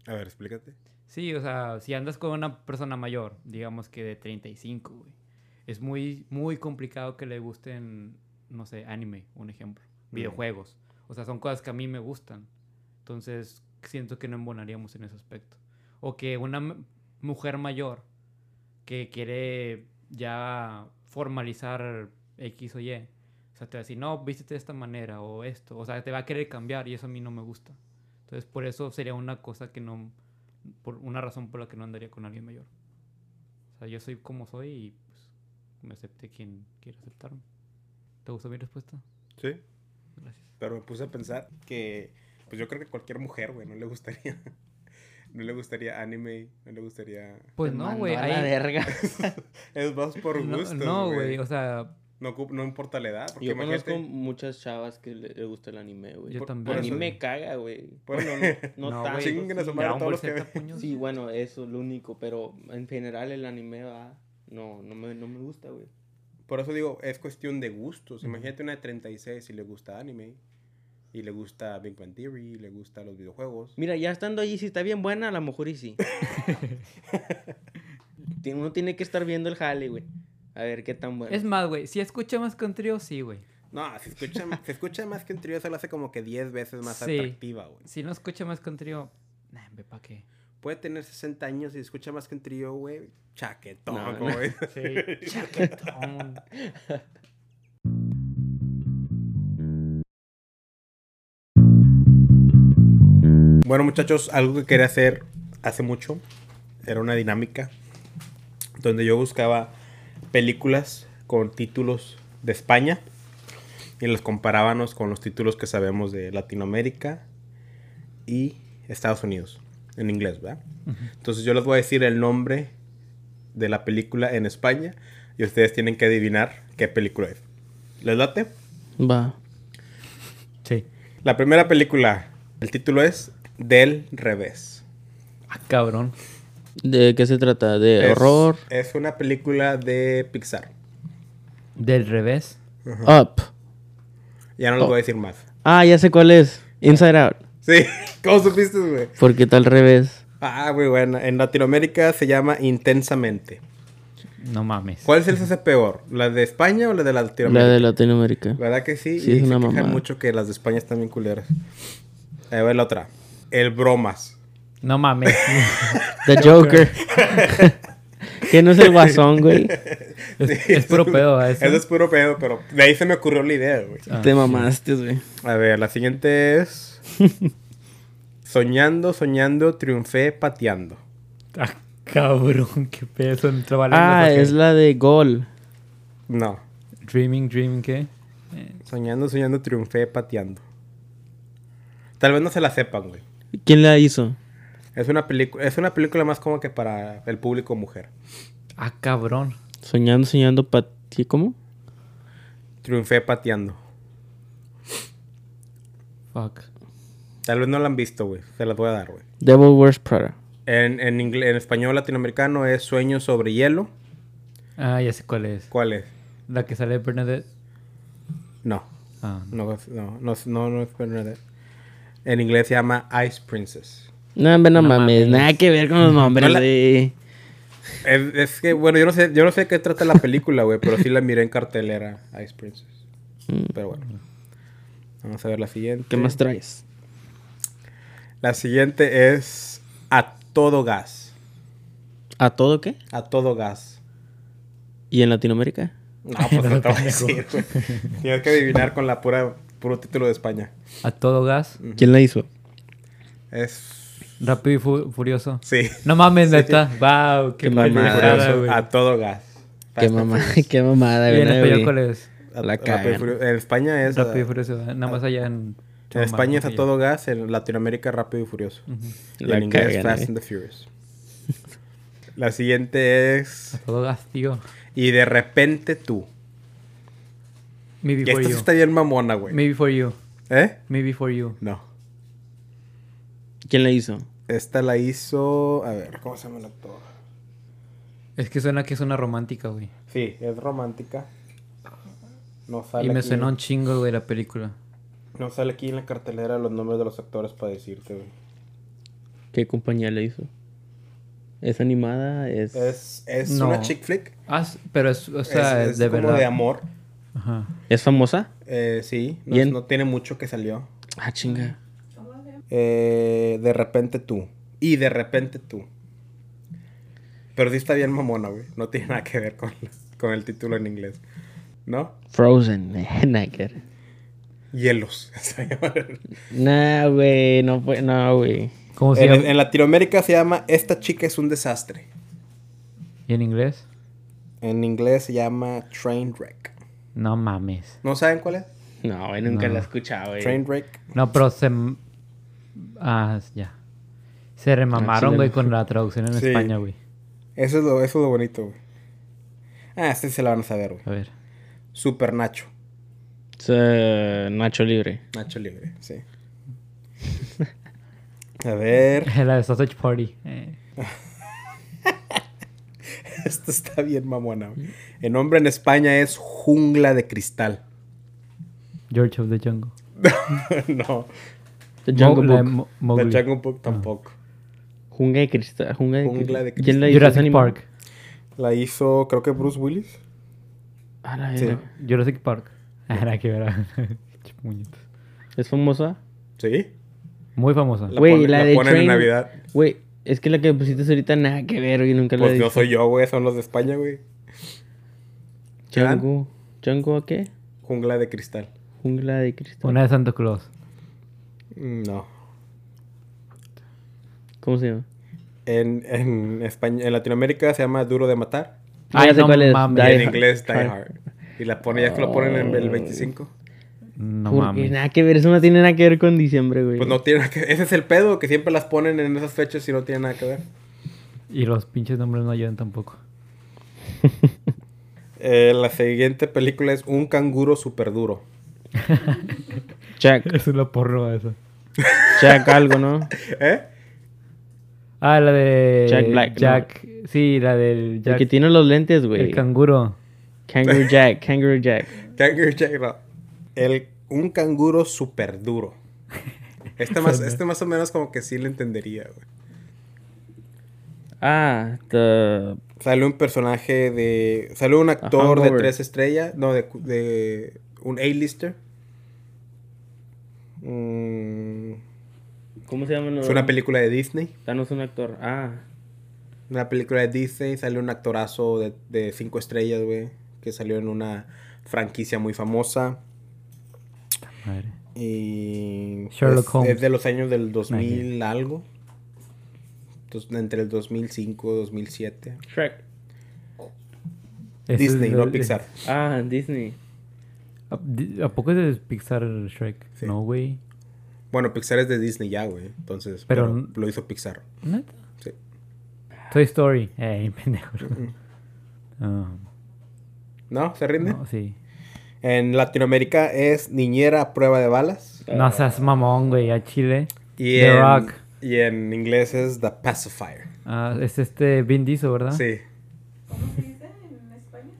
[SPEAKER 1] A ver, explícate.
[SPEAKER 2] Sí, o sea, si andas con una persona mayor, digamos que de 35, güey, es muy, muy complicado que le gusten, no sé, anime, un ejemplo, videojuegos. O sea, son cosas que a mí me gustan. Entonces, siento que no embonaríamos en ese aspecto. O que una m- mujer mayor que quiere ya formalizar X o Y, o sea, te va a decir, no, vístete de esta manera o esto. O sea, te va a querer cambiar y eso a mí no me gusta. Entonces, por eso sería una cosa que no, por una razón por la que no andaría con alguien mayor. O sea, yo soy como soy y pues me acepte quien quiera aceptarme. ¿Te gustó mi respuesta?
[SPEAKER 1] Sí.
[SPEAKER 2] Gracias.
[SPEAKER 1] Pero me puse a pensar que, pues yo creo que cualquier mujer, güey, no le gustaría. No le gustaría anime, no le gustaría.
[SPEAKER 2] Pues
[SPEAKER 3] Te
[SPEAKER 2] no,
[SPEAKER 3] mando
[SPEAKER 2] güey.
[SPEAKER 3] A la
[SPEAKER 2] ahí-
[SPEAKER 3] verga.
[SPEAKER 1] Es más por
[SPEAKER 2] no-
[SPEAKER 1] gusto.
[SPEAKER 2] No, güey. O sea,
[SPEAKER 1] No, ocup- no importa la edad. Porque
[SPEAKER 3] Yo
[SPEAKER 1] imagínate.
[SPEAKER 3] conozco muchas chavas que le, le gusta el anime, güey.
[SPEAKER 2] Yo
[SPEAKER 1] por-
[SPEAKER 2] también.
[SPEAKER 1] por
[SPEAKER 3] A mí
[SPEAKER 1] eso-
[SPEAKER 3] me caga, güey.
[SPEAKER 1] Por-
[SPEAKER 3] Bueno, no, no,
[SPEAKER 2] No,
[SPEAKER 3] tanto,
[SPEAKER 2] güey.
[SPEAKER 1] Chinguen a
[SPEAKER 3] sí.
[SPEAKER 1] su madre
[SPEAKER 2] Dragon
[SPEAKER 1] todos
[SPEAKER 2] Ball
[SPEAKER 1] los que
[SPEAKER 2] Z,
[SPEAKER 1] ve.
[SPEAKER 2] puños.
[SPEAKER 3] Sí, bueno, eso es lo único, pero en general el anime va. No, no me, no me gusta, güey.
[SPEAKER 1] Por eso digo, es cuestión de gustos.
[SPEAKER 2] Ujú.
[SPEAKER 1] Imagínate una de 36 y le gusta anime. Y le gusta Big Bang Theory, y le gusta los videojuegos.
[SPEAKER 3] Mira, ya estando allí, si está bien buena, a lo mejor y sí. Tiene- Uno tiene que estar viendo el jale, güey. A ver qué tan bueno.
[SPEAKER 2] Es más, güey. Si escucha más con trío, sí, güey.
[SPEAKER 1] No, se escucha, se escucha más que un trío, se lo hace como que 10 veces más
[SPEAKER 2] Sí.
[SPEAKER 1] atractiva, güey.
[SPEAKER 2] Si no escucha más con trío, nah, hombre, ¿pa' qué?
[SPEAKER 1] Puede tener 60 años y escucha más que un trío, güey. Chaquetón,
[SPEAKER 3] No, no.
[SPEAKER 1] como es.
[SPEAKER 2] Sí, chaquetón.
[SPEAKER 1] Bueno, muchachos, algo que quería hacer hace mucho era una dinámica donde yo buscaba películas con títulos de España y los comparábamos con los títulos que sabemos de Latinoamérica y Estados Unidos en inglés, ¿verdad? Entonces yo les voy a decir el nombre de la película en España y ustedes tienen que adivinar qué película es. ¿Les late?
[SPEAKER 3] Va.
[SPEAKER 2] Sí.
[SPEAKER 1] La primera película, el título es Del revés.
[SPEAKER 2] Ah, cabrón.
[SPEAKER 3] ¿De qué se trata? ¿De
[SPEAKER 1] Es- Es una película de Pixar.
[SPEAKER 2] Del revés.
[SPEAKER 3] Up.
[SPEAKER 1] Ya no
[SPEAKER 3] Oh.
[SPEAKER 1] les voy a decir más.
[SPEAKER 3] Ah, ya sé cuál es. Inside Out.
[SPEAKER 1] Sí, ¿cómo supiste, güey?
[SPEAKER 3] Porque está al revés.
[SPEAKER 1] Ah, muy buena. En Latinoamérica se llama Intensamente.
[SPEAKER 2] No mames.
[SPEAKER 1] ¿Cuál se les hace peor? ¿La de España o la de Latinoamérica?
[SPEAKER 3] La de Latinoamérica.
[SPEAKER 1] ¿Verdad que sí?
[SPEAKER 3] Sí,
[SPEAKER 1] y
[SPEAKER 3] es una
[SPEAKER 1] se quejan
[SPEAKER 3] mamada.
[SPEAKER 1] mucho que las de España están bien culeras. A ver la otra. El bromas.
[SPEAKER 2] No mames.
[SPEAKER 3] The Joker. que no es el guasón, güey.
[SPEAKER 1] Sí,
[SPEAKER 2] es, es puro pedo ¿eh? a eso.
[SPEAKER 1] Eso es puro pedo, pero de ahí se me ocurrió la idea, güey.
[SPEAKER 2] Ah,
[SPEAKER 3] Te mamaste, güey.
[SPEAKER 1] A ver, la siguiente es... soñando, soñando, triunfé, pateando.
[SPEAKER 2] Ah, cabrón, qué pedo. Son trabalenguas,
[SPEAKER 3] Ah,
[SPEAKER 2] ¿o qué?
[SPEAKER 3] es la de Gol.
[SPEAKER 1] No.
[SPEAKER 2] Dreaming, dreaming, ¿qué?
[SPEAKER 1] Soñando, soñando, triunfé, pateando. Tal vez no se la sepan, güey.
[SPEAKER 3] ¿Quién la hizo?
[SPEAKER 1] Es una, película es una película más como que para el público mujer.
[SPEAKER 2] Ah, cabrón.
[SPEAKER 3] Soñando, soñando, pat... ¿qué, ¿Cómo?
[SPEAKER 1] Triunfé pateando.
[SPEAKER 2] Fuck.
[SPEAKER 1] Tal vez no la han visto, güey. Se las voy a dar, güey.
[SPEAKER 3] Devil Wears Prada.
[SPEAKER 1] En, en, ingle- en español latinoamericano es Sueños sobre hielo.
[SPEAKER 2] Ah, ya sé cuál es.
[SPEAKER 1] ¿Cuál es?
[SPEAKER 2] La que sale de Bernadette.
[SPEAKER 1] No.
[SPEAKER 2] Ah,
[SPEAKER 1] No, es- no, no, es- no, no es Bernadette. En inglés se llama Ice Princess.
[SPEAKER 3] No, hombre, no,
[SPEAKER 2] No
[SPEAKER 3] mames.
[SPEAKER 2] mames.
[SPEAKER 3] Nada que ver con los nombres,
[SPEAKER 1] No la-
[SPEAKER 3] güey.
[SPEAKER 1] Es, es que, bueno, yo no sé, yo no sé de qué trata la película, güey, pero sí la miré en cartelera Ice Princess.
[SPEAKER 3] Mm.
[SPEAKER 1] Pero bueno. Vamos a ver la siguiente.
[SPEAKER 3] ¿Qué más traes?
[SPEAKER 1] La siguiente es A todo gas.
[SPEAKER 3] ¿A todo qué?
[SPEAKER 1] A todo gas.
[SPEAKER 3] ¿Y en Latinoamérica?
[SPEAKER 1] No, pues no te voy a
[SPEAKER 2] Pendejo.
[SPEAKER 1] decir, güey. Tienes que adivinar con la pura puro título de España.
[SPEAKER 2] A todo gas.
[SPEAKER 3] ¿Quién la hizo?
[SPEAKER 1] Es
[SPEAKER 2] Rápido y fu- furioso.
[SPEAKER 1] sí.
[SPEAKER 2] No mames, neta. Wow, qué
[SPEAKER 3] Qué mamada,
[SPEAKER 2] mamada, güey.
[SPEAKER 1] a todo gas.
[SPEAKER 3] Qué mamada, qué mamada,
[SPEAKER 2] ¿Y en español
[SPEAKER 3] güey.
[SPEAKER 2] cuál es?
[SPEAKER 1] A-
[SPEAKER 3] La
[SPEAKER 1] Rápido y
[SPEAKER 3] cagan.
[SPEAKER 1] Furioso. En España es a-
[SPEAKER 2] Rápido y furioso. Nada más allá en.
[SPEAKER 1] Ah. en España es a todo gas, en Latinoamérica Rápido y Furioso. Y
[SPEAKER 3] La
[SPEAKER 1] en inglés
[SPEAKER 3] cagan,
[SPEAKER 1] Fast
[SPEAKER 3] eh.
[SPEAKER 1] and the Furious. La siguiente
[SPEAKER 2] A
[SPEAKER 1] es
[SPEAKER 2] todo gas, tío.
[SPEAKER 1] y de repente tú.
[SPEAKER 2] Me
[SPEAKER 1] Y
[SPEAKER 2] before
[SPEAKER 1] esta sí
[SPEAKER 2] you.
[SPEAKER 1] está bien mamona, güey.
[SPEAKER 2] Me before you.
[SPEAKER 1] ¿Eh?
[SPEAKER 2] Me before you.
[SPEAKER 1] No.
[SPEAKER 3] ¿Quién la hizo?
[SPEAKER 1] Esta la hizo, a ver, ¿cómo se llama el actor?
[SPEAKER 2] Es que suena que es una romántica, güey.
[SPEAKER 1] Sí, es romántica. No sale
[SPEAKER 2] Y me
[SPEAKER 1] aquí-
[SPEAKER 2] suena un chingo, güey, la película.
[SPEAKER 1] No sale aquí en la cartelera los nombres de los actores para decirte, güey.
[SPEAKER 3] ¿Qué compañía la hizo? ¿Es animada? ¿Es, es...
[SPEAKER 1] Es, es
[SPEAKER 2] No.
[SPEAKER 1] una chick flick.
[SPEAKER 2] Ah, s- pero es, o sea,
[SPEAKER 1] es,
[SPEAKER 2] es,
[SPEAKER 1] es
[SPEAKER 2] de
[SPEAKER 1] como
[SPEAKER 2] verdad.
[SPEAKER 1] de amor.
[SPEAKER 2] Ajá.
[SPEAKER 3] famosa?
[SPEAKER 1] Eh, sí, no,
[SPEAKER 3] Bien.
[SPEAKER 1] no tiene mucho que salió.
[SPEAKER 3] Ah, chinga.
[SPEAKER 1] Eh, de repente tú. Y de repente tú. Pero sí está bien mamona, güey. No tiene nada que ver con, con el título en inglés. ¿No?
[SPEAKER 3] Frozen. eh, nada que ver.
[SPEAKER 1] Hielos. se llama.
[SPEAKER 3] Nah, güey, no fue, no, güey.
[SPEAKER 2] ¿Cómo se
[SPEAKER 1] en,
[SPEAKER 2] llama?
[SPEAKER 1] en Latinoamérica se llama Esta chica es un desastre.
[SPEAKER 2] ¿Y en inglés?
[SPEAKER 1] En inglés se llama Trainwreck.
[SPEAKER 2] No mames.
[SPEAKER 1] ¿No saben cuál es?
[SPEAKER 3] No, güey, nunca
[SPEAKER 2] No.
[SPEAKER 3] la he escuchado, güey.
[SPEAKER 1] Trainwreck.
[SPEAKER 2] No, pero se. m- Ah, ya. Se remamaron,
[SPEAKER 3] chile,
[SPEAKER 2] güey,
[SPEAKER 3] güey.
[SPEAKER 2] con la traducción en
[SPEAKER 1] Ah, Sí.
[SPEAKER 2] España, güey.
[SPEAKER 1] Eso es lo, eso es lo bonito, güey. Ah, sí se la van a saber, güey.
[SPEAKER 2] A ver.
[SPEAKER 1] Super Nacho.
[SPEAKER 3] Es, eh, Nacho Libre.
[SPEAKER 1] Nacho Libre, sí. A ver.
[SPEAKER 2] La de Sausage Party. Eh,
[SPEAKER 1] Esto está bien mamona, güey. El nombre en España es Jungla de Cristal.
[SPEAKER 2] George of the Jungle.
[SPEAKER 1] no,
[SPEAKER 3] The Jungle
[SPEAKER 2] Mo- la de
[SPEAKER 3] Book.
[SPEAKER 2] Mo-
[SPEAKER 1] de
[SPEAKER 2] Mowgli.
[SPEAKER 1] Jungle
[SPEAKER 3] Ah.
[SPEAKER 1] Book tampoco.
[SPEAKER 3] Jungla de cristal. Jungla de,
[SPEAKER 1] Jungla
[SPEAKER 3] cristal.
[SPEAKER 1] de
[SPEAKER 3] ¿Quién la hizo? ¿Es
[SPEAKER 2] Jurassic
[SPEAKER 3] animada?
[SPEAKER 2] Park.
[SPEAKER 1] La hizo, creo que Bruce Willis.
[SPEAKER 3] A Ah, la
[SPEAKER 1] Sí.
[SPEAKER 3] verga.
[SPEAKER 2] Jurassic Park. Ahora que verá. Puñetas.
[SPEAKER 3] ¿Es famosa?
[SPEAKER 1] Sí.
[SPEAKER 2] Muy famosa.
[SPEAKER 1] La,
[SPEAKER 3] Güey,
[SPEAKER 1] pone-
[SPEAKER 3] la
[SPEAKER 1] la
[SPEAKER 3] de
[SPEAKER 1] ponen en
[SPEAKER 3] Train-
[SPEAKER 1] Navidad.
[SPEAKER 3] Güey, es que la que pusiste ahorita nada que ver, güey, nunca la he
[SPEAKER 1] Pues no
[SPEAKER 3] visto.
[SPEAKER 1] soy yo, güey, son los de España, güey.
[SPEAKER 3] Django. ¿Django qué?
[SPEAKER 1] Jungla de Cristal.
[SPEAKER 3] Jungla de cristal.
[SPEAKER 2] Una de Santa Claus.
[SPEAKER 1] Mm, No.
[SPEAKER 3] ¿Cómo se llama?
[SPEAKER 1] En, en, España, en Latinoamérica se llama Duro de Matar.
[SPEAKER 3] Ah, ya
[SPEAKER 2] Ay,
[SPEAKER 3] sé
[SPEAKER 2] no
[SPEAKER 3] cuál es.
[SPEAKER 2] mames.
[SPEAKER 1] Y
[SPEAKER 3] Die
[SPEAKER 1] en
[SPEAKER 3] Hard.
[SPEAKER 1] inglés Die Hard. Y la pone, ya que lo ponen en el 25.
[SPEAKER 2] No
[SPEAKER 3] Porque
[SPEAKER 2] mames.
[SPEAKER 3] nada que ver, eso no tiene nada que ver con diciembre, güey.
[SPEAKER 1] Pues no tiene nada que Ese es el pedo, que siempre las ponen en esas fechas y no tiene nada que ver.
[SPEAKER 2] Y los pinches nombres no ayudan tampoco.
[SPEAKER 1] Eh, la siguiente película es Un canguro super duro.
[SPEAKER 3] Jack,
[SPEAKER 2] Es una porno eso.
[SPEAKER 3] Jack algo, ¿no?
[SPEAKER 1] ¿Eh?
[SPEAKER 2] Ah, la de.
[SPEAKER 3] Jack Black, ¿no?
[SPEAKER 2] Jack. Sí, la del
[SPEAKER 3] El
[SPEAKER 2] Jack.
[SPEAKER 3] que tiene los lentes,
[SPEAKER 2] El
[SPEAKER 3] güey.
[SPEAKER 2] canguro.
[SPEAKER 3] Kangaroo Jack, Kangaroo Jack.
[SPEAKER 1] Kangaroo Jack, no. El, un canguro super duro. Este más, este más o menos como que sí le entendería, güey.
[SPEAKER 3] Ah, the
[SPEAKER 1] Sale un personaje de. Sale un actor de
[SPEAKER 3] Hangover.
[SPEAKER 1] tres estrellas. No, de. cu- de un A-lister. Mm,
[SPEAKER 3] ¿Cómo se llama? No,
[SPEAKER 1] es una película de Disney.
[SPEAKER 3] Thanos es un actor. Ah,
[SPEAKER 1] Una película de Disney. Sale un actorazo de, de cinco estrellas, güey. Que salió en una franquicia muy famosa.
[SPEAKER 2] Madre.
[SPEAKER 1] Y
[SPEAKER 2] Sherlock
[SPEAKER 1] es,
[SPEAKER 2] Holmes.
[SPEAKER 1] es de los años del 2000 algo. Entonces, entre el 2005 y 2007.
[SPEAKER 3] Shrek.
[SPEAKER 2] Ese es
[SPEAKER 1] Disney,
[SPEAKER 2] de-
[SPEAKER 1] no
[SPEAKER 2] de-
[SPEAKER 1] Pixar.
[SPEAKER 3] Ah, Disney.
[SPEAKER 2] ¿A, di- ¿a poco es de Pixar Shrek?
[SPEAKER 1] Sí.
[SPEAKER 2] No, güey.
[SPEAKER 1] Bueno, Pixar es de Disney ya, güey. Entonces,
[SPEAKER 2] Pero
[SPEAKER 1] pero,
[SPEAKER 2] n-
[SPEAKER 1] lo hizo Pixar.
[SPEAKER 2] ¿Neta?
[SPEAKER 1] Sí.
[SPEAKER 2] Toy Story. Eh, pendejo. Ah,
[SPEAKER 1] ¿No? ¿Se rinde?
[SPEAKER 2] no, sí.
[SPEAKER 1] En Latinoamérica es Niñera a prueba de balas.
[SPEAKER 2] No seas mamón, güey, a Chile.
[SPEAKER 1] Y
[SPEAKER 2] The
[SPEAKER 1] en,
[SPEAKER 2] Rock.
[SPEAKER 1] y en inglés es The Pacifier.
[SPEAKER 2] Ah, es este Vin Diesel, ¿verdad?
[SPEAKER 1] Sí.
[SPEAKER 4] ¿Cómo se dice en España?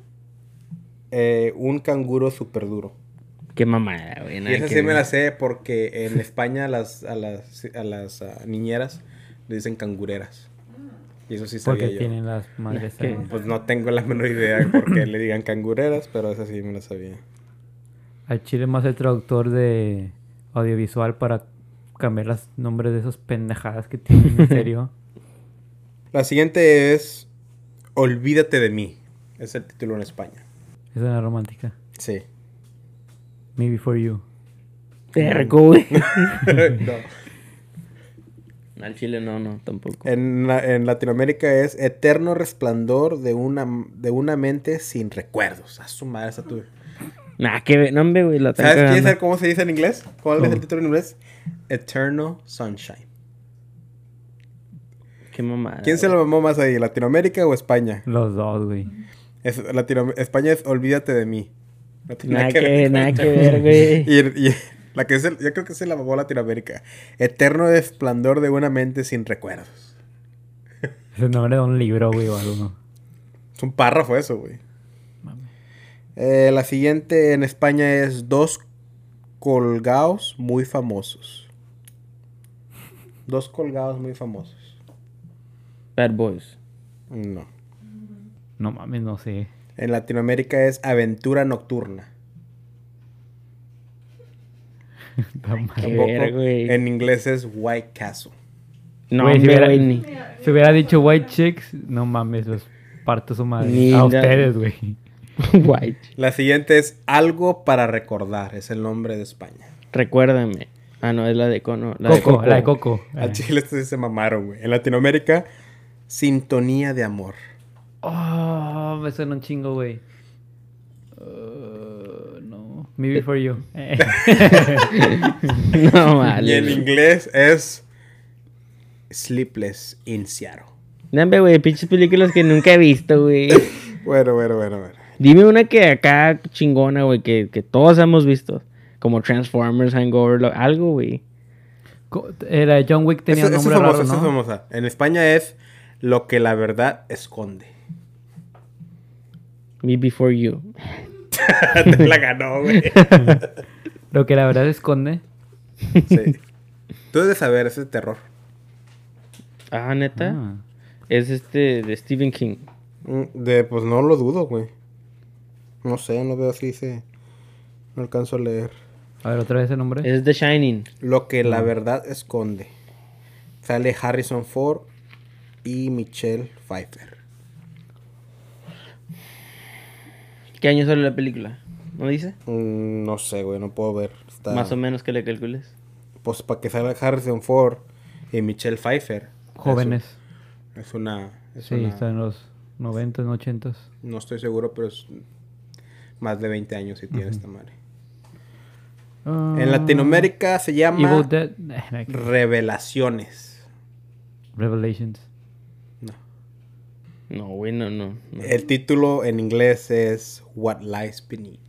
[SPEAKER 1] Eh, un canguro súper duro.
[SPEAKER 3] Qué mamada, güey.
[SPEAKER 1] Y esa sí me la sé porque en España las, a las, a las ah, niñeras le dicen cangureras. Y eso sí sabía
[SPEAKER 2] Porque
[SPEAKER 1] yo.
[SPEAKER 2] tienen eh, las madres
[SPEAKER 3] ¿Qué?
[SPEAKER 2] ahí.
[SPEAKER 1] Pues no tengo la menor idea de por qué le digan cangureras, pero esa sí me la sabía.
[SPEAKER 2] Al Chile más el traductor de audiovisual para cambiar los nombres de esas pendejadas que tienen, en serio.
[SPEAKER 1] La siguiente es Olvídate de mí. Es el título en España.
[SPEAKER 2] Es una romántica.
[SPEAKER 1] Sí.
[SPEAKER 2] Me Before You.
[SPEAKER 3] Terco, güey.
[SPEAKER 1] No.
[SPEAKER 3] Al chile no, no, tampoco.
[SPEAKER 1] En, la- en Latinoamérica es Eterno resplandor de una, de una mente sin recuerdos. A su madre, esa tú.
[SPEAKER 3] Nah, qué ve- no, hombre, güey, la
[SPEAKER 1] ¿Sabes?
[SPEAKER 3] están
[SPEAKER 1] ¿Quieres saber
[SPEAKER 3] cagando.
[SPEAKER 1] cómo se dice en inglés? ¿Cuál es el
[SPEAKER 2] ¿Cómo?
[SPEAKER 1] título en inglés? Eternal Sunshine.
[SPEAKER 3] Qué mamada.
[SPEAKER 1] ¿Quién se lo
[SPEAKER 3] güey.
[SPEAKER 1] mamó más ahí, Latinoamérica o España?
[SPEAKER 2] Los dos, güey.
[SPEAKER 1] Es, Latinoam- España es Olvídate de mí. No tiene
[SPEAKER 3] Nada que
[SPEAKER 1] ver
[SPEAKER 3] ver,
[SPEAKER 1] con
[SPEAKER 3] nada que
[SPEAKER 1] Latinoamérica.
[SPEAKER 3] ver, güey.
[SPEAKER 1] Y, y la que es el- yo creo que se la mamó Latinoamérica. Eterno esplendor de una mente sin recuerdos.
[SPEAKER 2] Es el nombre de un libro, güey, o algo. ¿no?
[SPEAKER 1] Es un párrafo eso, güey.
[SPEAKER 2] Mames.
[SPEAKER 1] Eh, la siguiente en España es dos colgados muy famosos. Dos colgados muy famosos.
[SPEAKER 3] Bad Boys.
[SPEAKER 1] No.
[SPEAKER 2] No mames, no sé.
[SPEAKER 1] En Latinoamérica es aventura nocturna.
[SPEAKER 2] No mames.
[SPEAKER 3] Qué
[SPEAKER 1] Tampoco.
[SPEAKER 3] verga, güey.
[SPEAKER 1] En inglés es White Castle.
[SPEAKER 3] No,
[SPEAKER 2] Güey, si
[SPEAKER 3] hombre,
[SPEAKER 2] hubiera-
[SPEAKER 3] güey, ni.
[SPEAKER 4] Mira,
[SPEAKER 2] Si hubiera dicho White Chicks, no mames, los parto su madre.
[SPEAKER 3] Ni
[SPEAKER 2] A
[SPEAKER 3] la-
[SPEAKER 2] ustedes, güey.
[SPEAKER 3] White.
[SPEAKER 1] La siguiente es Algo para recordar. Es el nombre de España.
[SPEAKER 3] Recuérdame. Ah, no, es la de Cono. La de
[SPEAKER 2] Coco,
[SPEAKER 3] Coco.
[SPEAKER 2] la de Coco.
[SPEAKER 1] Al
[SPEAKER 2] Eh.
[SPEAKER 1] chile estos sí se mamaron, güey. En Latinoamérica, Sintonía de amor.
[SPEAKER 2] Oh, me suena un chingo, güey. Uh, no. Me Before You. Eh.
[SPEAKER 3] No,
[SPEAKER 1] Y en
[SPEAKER 3] vale.
[SPEAKER 1] inglés es Sleepless in Seattle.
[SPEAKER 3] No, hombre, güey, pinches películas que nunca he visto, güey.
[SPEAKER 1] Bueno, bueno, bueno, bueno.
[SPEAKER 3] Dime una que acá chingona, güey, que, que todos hemos visto. Como Transformers, Hangover, lo- algo, güey.
[SPEAKER 2] Co- Era de John Wick tenía
[SPEAKER 1] Eso-
[SPEAKER 2] un
[SPEAKER 1] eso
[SPEAKER 2] nombre
[SPEAKER 1] es famosa,
[SPEAKER 2] raro,
[SPEAKER 1] eso es
[SPEAKER 2] ¿no?
[SPEAKER 1] famosa. En España es Lo que la verdad esconde.
[SPEAKER 3] Me Before You.
[SPEAKER 1] Te la ganó, güey.
[SPEAKER 2] Lo que la verdad esconde.
[SPEAKER 1] Sí. Tú debes saber, ese es terror.
[SPEAKER 3] Ah, neta.
[SPEAKER 2] Ah.
[SPEAKER 3] Es este de Stephen King.
[SPEAKER 1] Mm, De, pues no lo dudo, güey. No sé, no veo si dice. No alcanzo a leer.
[SPEAKER 2] A ver, otra vez el nombre.
[SPEAKER 3] Es The Shining.
[SPEAKER 1] Lo que la verdad esconde. Sale Harrison Ford y Michelle Pfeiffer.
[SPEAKER 3] ¿Qué año sale la película? ¿No dice?
[SPEAKER 1] Mm, no sé, güey, no puedo ver. Está-
[SPEAKER 3] Más o menos que le calcules.
[SPEAKER 1] Pues para que salga Harrison Ford y Michelle Pfeiffer.
[SPEAKER 2] Jóvenes.
[SPEAKER 1] Es, un- es una. es
[SPEAKER 2] Sí,
[SPEAKER 1] una-
[SPEAKER 2] está en los 90, 80.
[SPEAKER 1] No estoy seguro, pero es más de 20 años si tiene esta madre. En Latinoamérica se llama
[SPEAKER 2] Ah. Evil Dead. eh, no,
[SPEAKER 1] Revelaciones.
[SPEAKER 2] Revelations.
[SPEAKER 1] No.
[SPEAKER 3] No, güey, no, no. no.
[SPEAKER 1] El título en inglés es What Lies Beneath.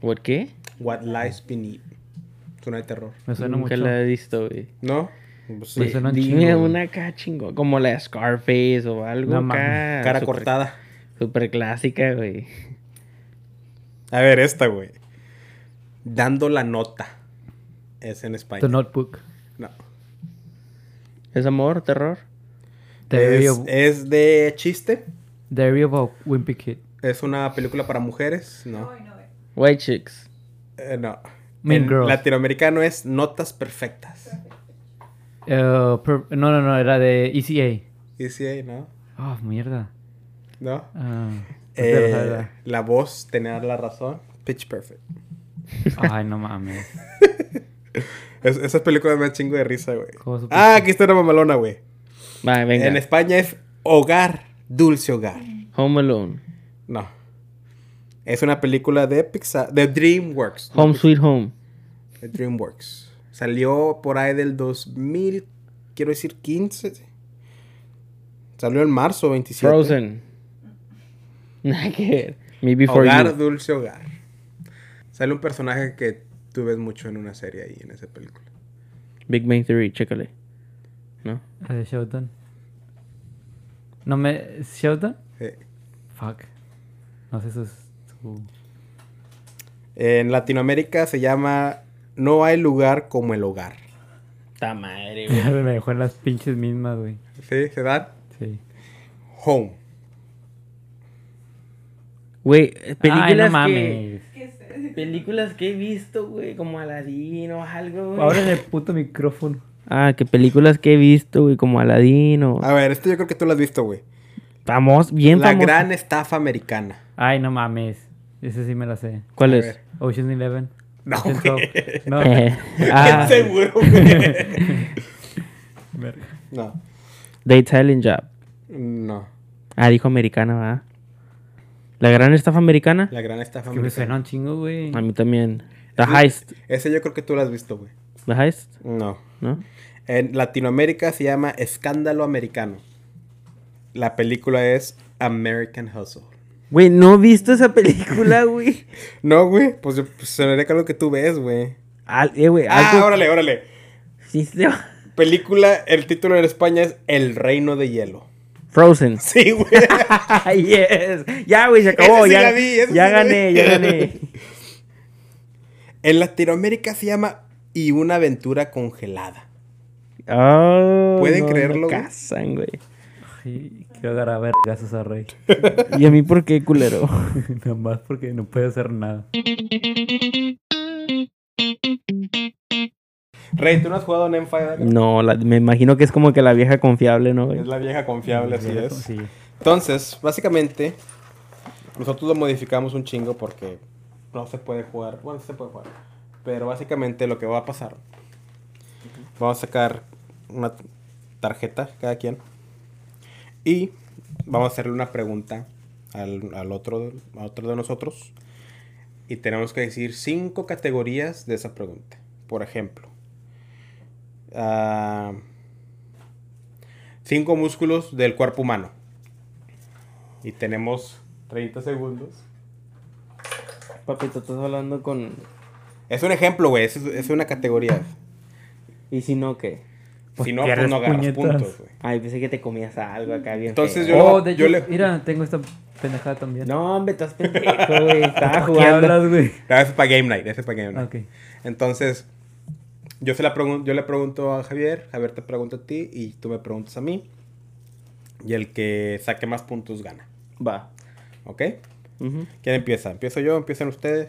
[SPEAKER 3] ¿Por qué?
[SPEAKER 1] What Lies Beneath. Suena de terror.
[SPEAKER 2] Me suena
[SPEAKER 3] Nunca
[SPEAKER 2] mucho.
[SPEAKER 3] la he visto, güey.
[SPEAKER 1] ¿No? Pues sí.
[SPEAKER 2] Me suena un
[SPEAKER 3] Dime
[SPEAKER 2] chingo, güey.
[SPEAKER 3] una acá chingo, como la de Scarface o algo
[SPEAKER 2] No
[SPEAKER 3] acá.
[SPEAKER 2] mames.
[SPEAKER 1] Cara
[SPEAKER 3] super-
[SPEAKER 1] cortada.
[SPEAKER 3] Super clásica, güey.
[SPEAKER 1] A ver, esta, güey. Dando la nota. Es en España.
[SPEAKER 2] The Notebook.
[SPEAKER 1] No.
[SPEAKER 3] ¿Es amor, terror?
[SPEAKER 2] The
[SPEAKER 1] Es, eh.
[SPEAKER 2] Video-
[SPEAKER 1] es de chiste.
[SPEAKER 2] Diary of a Wimpy Kid.
[SPEAKER 1] Es una película para mujeres, ¿no?
[SPEAKER 4] Ay, no, eh.
[SPEAKER 3] White Chicks.
[SPEAKER 1] Eh, no.
[SPEAKER 2] Mean
[SPEAKER 1] En
[SPEAKER 2] Girls.
[SPEAKER 1] latinoamericano es Notas Perfectas.
[SPEAKER 2] Eh, per- no, no, no, era de E ECA.
[SPEAKER 1] Y sí, eh, ¿no?
[SPEAKER 2] Ah, mierda.
[SPEAKER 1] ¿No?
[SPEAKER 2] Ah,
[SPEAKER 1] Eh,
[SPEAKER 2] no sé,
[SPEAKER 1] la voz tenía la razón. Pitch Perfect.
[SPEAKER 2] Ay, no mames.
[SPEAKER 1] Es- esas películas me dan chingo de risa, güey.
[SPEAKER 2] ¿Cómo supiste?
[SPEAKER 1] Ah, aquí está una mamalona, güey.
[SPEAKER 3] Va, venga.
[SPEAKER 1] En España es Hogar, Dulce Hogar.
[SPEAKER 3] Home Alone.
[SPEAKER 1] No. Es una película de Pixar, de DreamWorks. no
[SPEAKER 3] Home
[SPEAKER 1] Pixar,
[SPEAKER 3] Sweet Home.
[SPEAKER 1] de DreamWorks. Salió por ahí del 2000, quiero decir 15. Salió en marzo 27.
[SPEAKER 3] Frozen. Nada que ver. Me Before
[SPEAKER 1] Hogar,
[SPEAKER 3] You.
[SPEAKER 1] Dulce Hogar. Sale un personaje que tú ves mucho en una serie ahí, en esa película.
[SPEAKER 3] Big Bang Theory, chécale. ¿No?
[SPEAKER 2] La de Sheldon. No me. ¿Sheldon?
[SPEAKER 1] Sí.
[SPEAKER 2] Fuck. No sé, eso es. su-
[SPEAKER 1] En Latinoamérica se llama No hay lugar como el hogar.
[SPEAKER 3] Está madre,
[SPEAKER 2] me dejó en las pinches mismas, güey.
[SPEAKER 1] ¿Sí? ¿Se dan?
[SPEAKER 2] Sí.
[SPEAKER 1] Home.
[SPEAKER 3] Güey, eh, películas
[SPEAKER 2] Ay, no
[SPEAKER 3] que...
[SPEAKER 2] mames.
[SPEAKER 4] ¿Qué es?
[SPEAKER 3] Películas que he visto, güey, como Aladín o algo, güey.
[SPEAKER 2] Ahora en el puto micrófono.
[SPEAKER 3] Ah, que películas que he visto, güey, como Aladín o...
[SPEAKER 1] A ver, esto yo creo que tú lo has visto, güey.
[SPEAKER 3] Famos, bien
[SPEAKER 1] Ah, La
[SPEAKER 3] famosa.
[SPEAKER 1] gran estafa americana.
[SPEAKER 2] Ay, no mames. Ese sí me la sé.
[SPEAKER 3] ¿Cuál
[SPEAKER 1] A
[SPEAKER 3] es?
[SPEAKER 1] ver.
[SPEAKER 2] Ocean's Eleven.
[SPEAKER 1] No,
[SPEAKER 2] Ocean's
[SPEAKER 1] güey.
[SPEAKER 2] Twelve. No.
[SPEAKER 3] ah,
[SPEAKER 1] Seguro, güey.
[SPEAKER 2] Verga.
[SPEAKER 1] No.
[SPEAKER 3] Daytime Job.
[SPEAKER 1] No.
[SPEAKER 3] Ah, dijo americana, ¿verdad? ¿La gran estafa americana?
[SPEAKER 1] La gran estafa
[SPEAKER 2] Que me
[SPEAKER 1] americana.
[SPEAKER 2] suena un chingo, güey.
[SPEAKER 3] A mí también. The Heist.
[SPEAKER 1] Ese yo creo que tú lo has visto, güey.
[SPEAKER 3] The Heist,
[SPEAKER 1] No.
[SPEAKER 3] ¿no?
[SPEAKER 1] En Latinoamérica se llama Escándalo Americano. La película es American Hustle.
[SPEAKER 3] Güey, no he visto esa película, güey.
[SPEAKER 1] No, güey. Pues, yo- pues sonaría que algo que tú ves, güey.
[SPEAKER 3] Al- eh, güey,
[SPEAKER 1] Ah,
[SPEAKER 3] algo-
[SPEAKER 1] órale, órale.
[SPEAKER 3] Sí, sí.
[SPEAKER 1] Película, el título en España es El Reino de Hielo.
[SPEAKER 3] Frozen.
[SPEAKER 1] Sí, güey.
[SPEAKER 3] yes. Ya, güey, se acabó.
[SPEAKER 1] Ese sí
[SPEAKER 3] ya
[SPEAKER 1] la vi, ese
[SPEAKER 3] ya
[SPEAKER 1] sí la
[SPEAKER 3] gané,
[SPEAKER 1] vi.
[SPEAKER 3] ya gané.
[SPEAKER 1] En Latinoamérica se llama Y una aventura congelada.
[SPEAKER 3] Oh,
[SPEAKER 1] ¿Pueden
[SPEAKER 3] no,
[SPEAKER 1] creerlo,
[SPEAKER 3] Me
[SPEAKER 1] güey?
[SPEAKER 3] casan, güey.
[SPEAKER 2] Ay, quiero agarrar vergazos a Rey.
[SPEAKER 3] ¿Y a mí por qué, culero?
[SPEAKER 2] Nada más porque no puede hacer nada.
[SPEAKER 1] Rey, ¿tú no has jugado en Fire?
[SPEAKER 3] No, la- me imagino que es como que la vieja confiable, ¿no, güey?
[SPEAKER 1] Es la vieja confiable, así es.
[SPEAKER 2] Sí.
[SPEAKER 1] Entonces, básicamente, nosotros lo modificamos un chingo porque no se puede jugar. Bueno, sí se puede jugar. Pero básicamente lo que va a pasar. Vamos a sacar una tarjeta cada quien. Y vamos a hacerle una pregunta al, al otro, a otro de nosotros. Y tenemos que decir cinco categorías de esa pregunta. Por ejemplo. ah, cinco músculos del cuerpo humano. Y tenemos 30 segundos.
[SPEAKER 3] Papito, estás hablando con.
[SPEAKER 1] Es un ejemplo, güey. Es, es una categoría.
[SPEAKER 3] ¿Y si no qué?
[SPEAKER 2] Pues
[SPEAKER 1] si no,
[SPEAKER 2] pierdes
[SPEAKER 1] pues no agarras
[SPEAKER 2] puñetas.
[SPEAKER 1] puntos, güey.
[SPEAKER 3] Ay, pensé que te comías algo acá bien.
[SPEAKER 1] Entonces
[SPEAKER 3] feo.
[SPEAKER 1] yo-
[SPEAKER 2] oh, de hecho,
[SPEAKER 1] yo le-
[SPEAKER 2] mira, tengo esta pendejada también.
[SPEAKER 3] No, hombre, estás pendejo, güey.
[SPEAKER 2] ¿Por
[SPEAKER 3] Estaba
[SPEAKER 2] ¿Qué
[SPEAKER 3] jugando.
[SPEAKER 2] hablas, güey?
[SPEAKER 1] No, ese es para Game Night. Ese es para Game
[SPEAKER 2] Ah,
[SPEAKER 1] Night.
[SPEAKER 2] Ok.
[SPEAKER 1] Entonces, yo, se la pregun- yo le pregunto a Javier. Javier te pregunta a ti. Y tú me preguntas a mí. Y el que saque más puntos gana.
[SPEAKER 3] Va.
[SPEAKER 1] ¿Ok? ¿Quién empieza? ¿Empiezo yo? ¿Empiezan ustedes?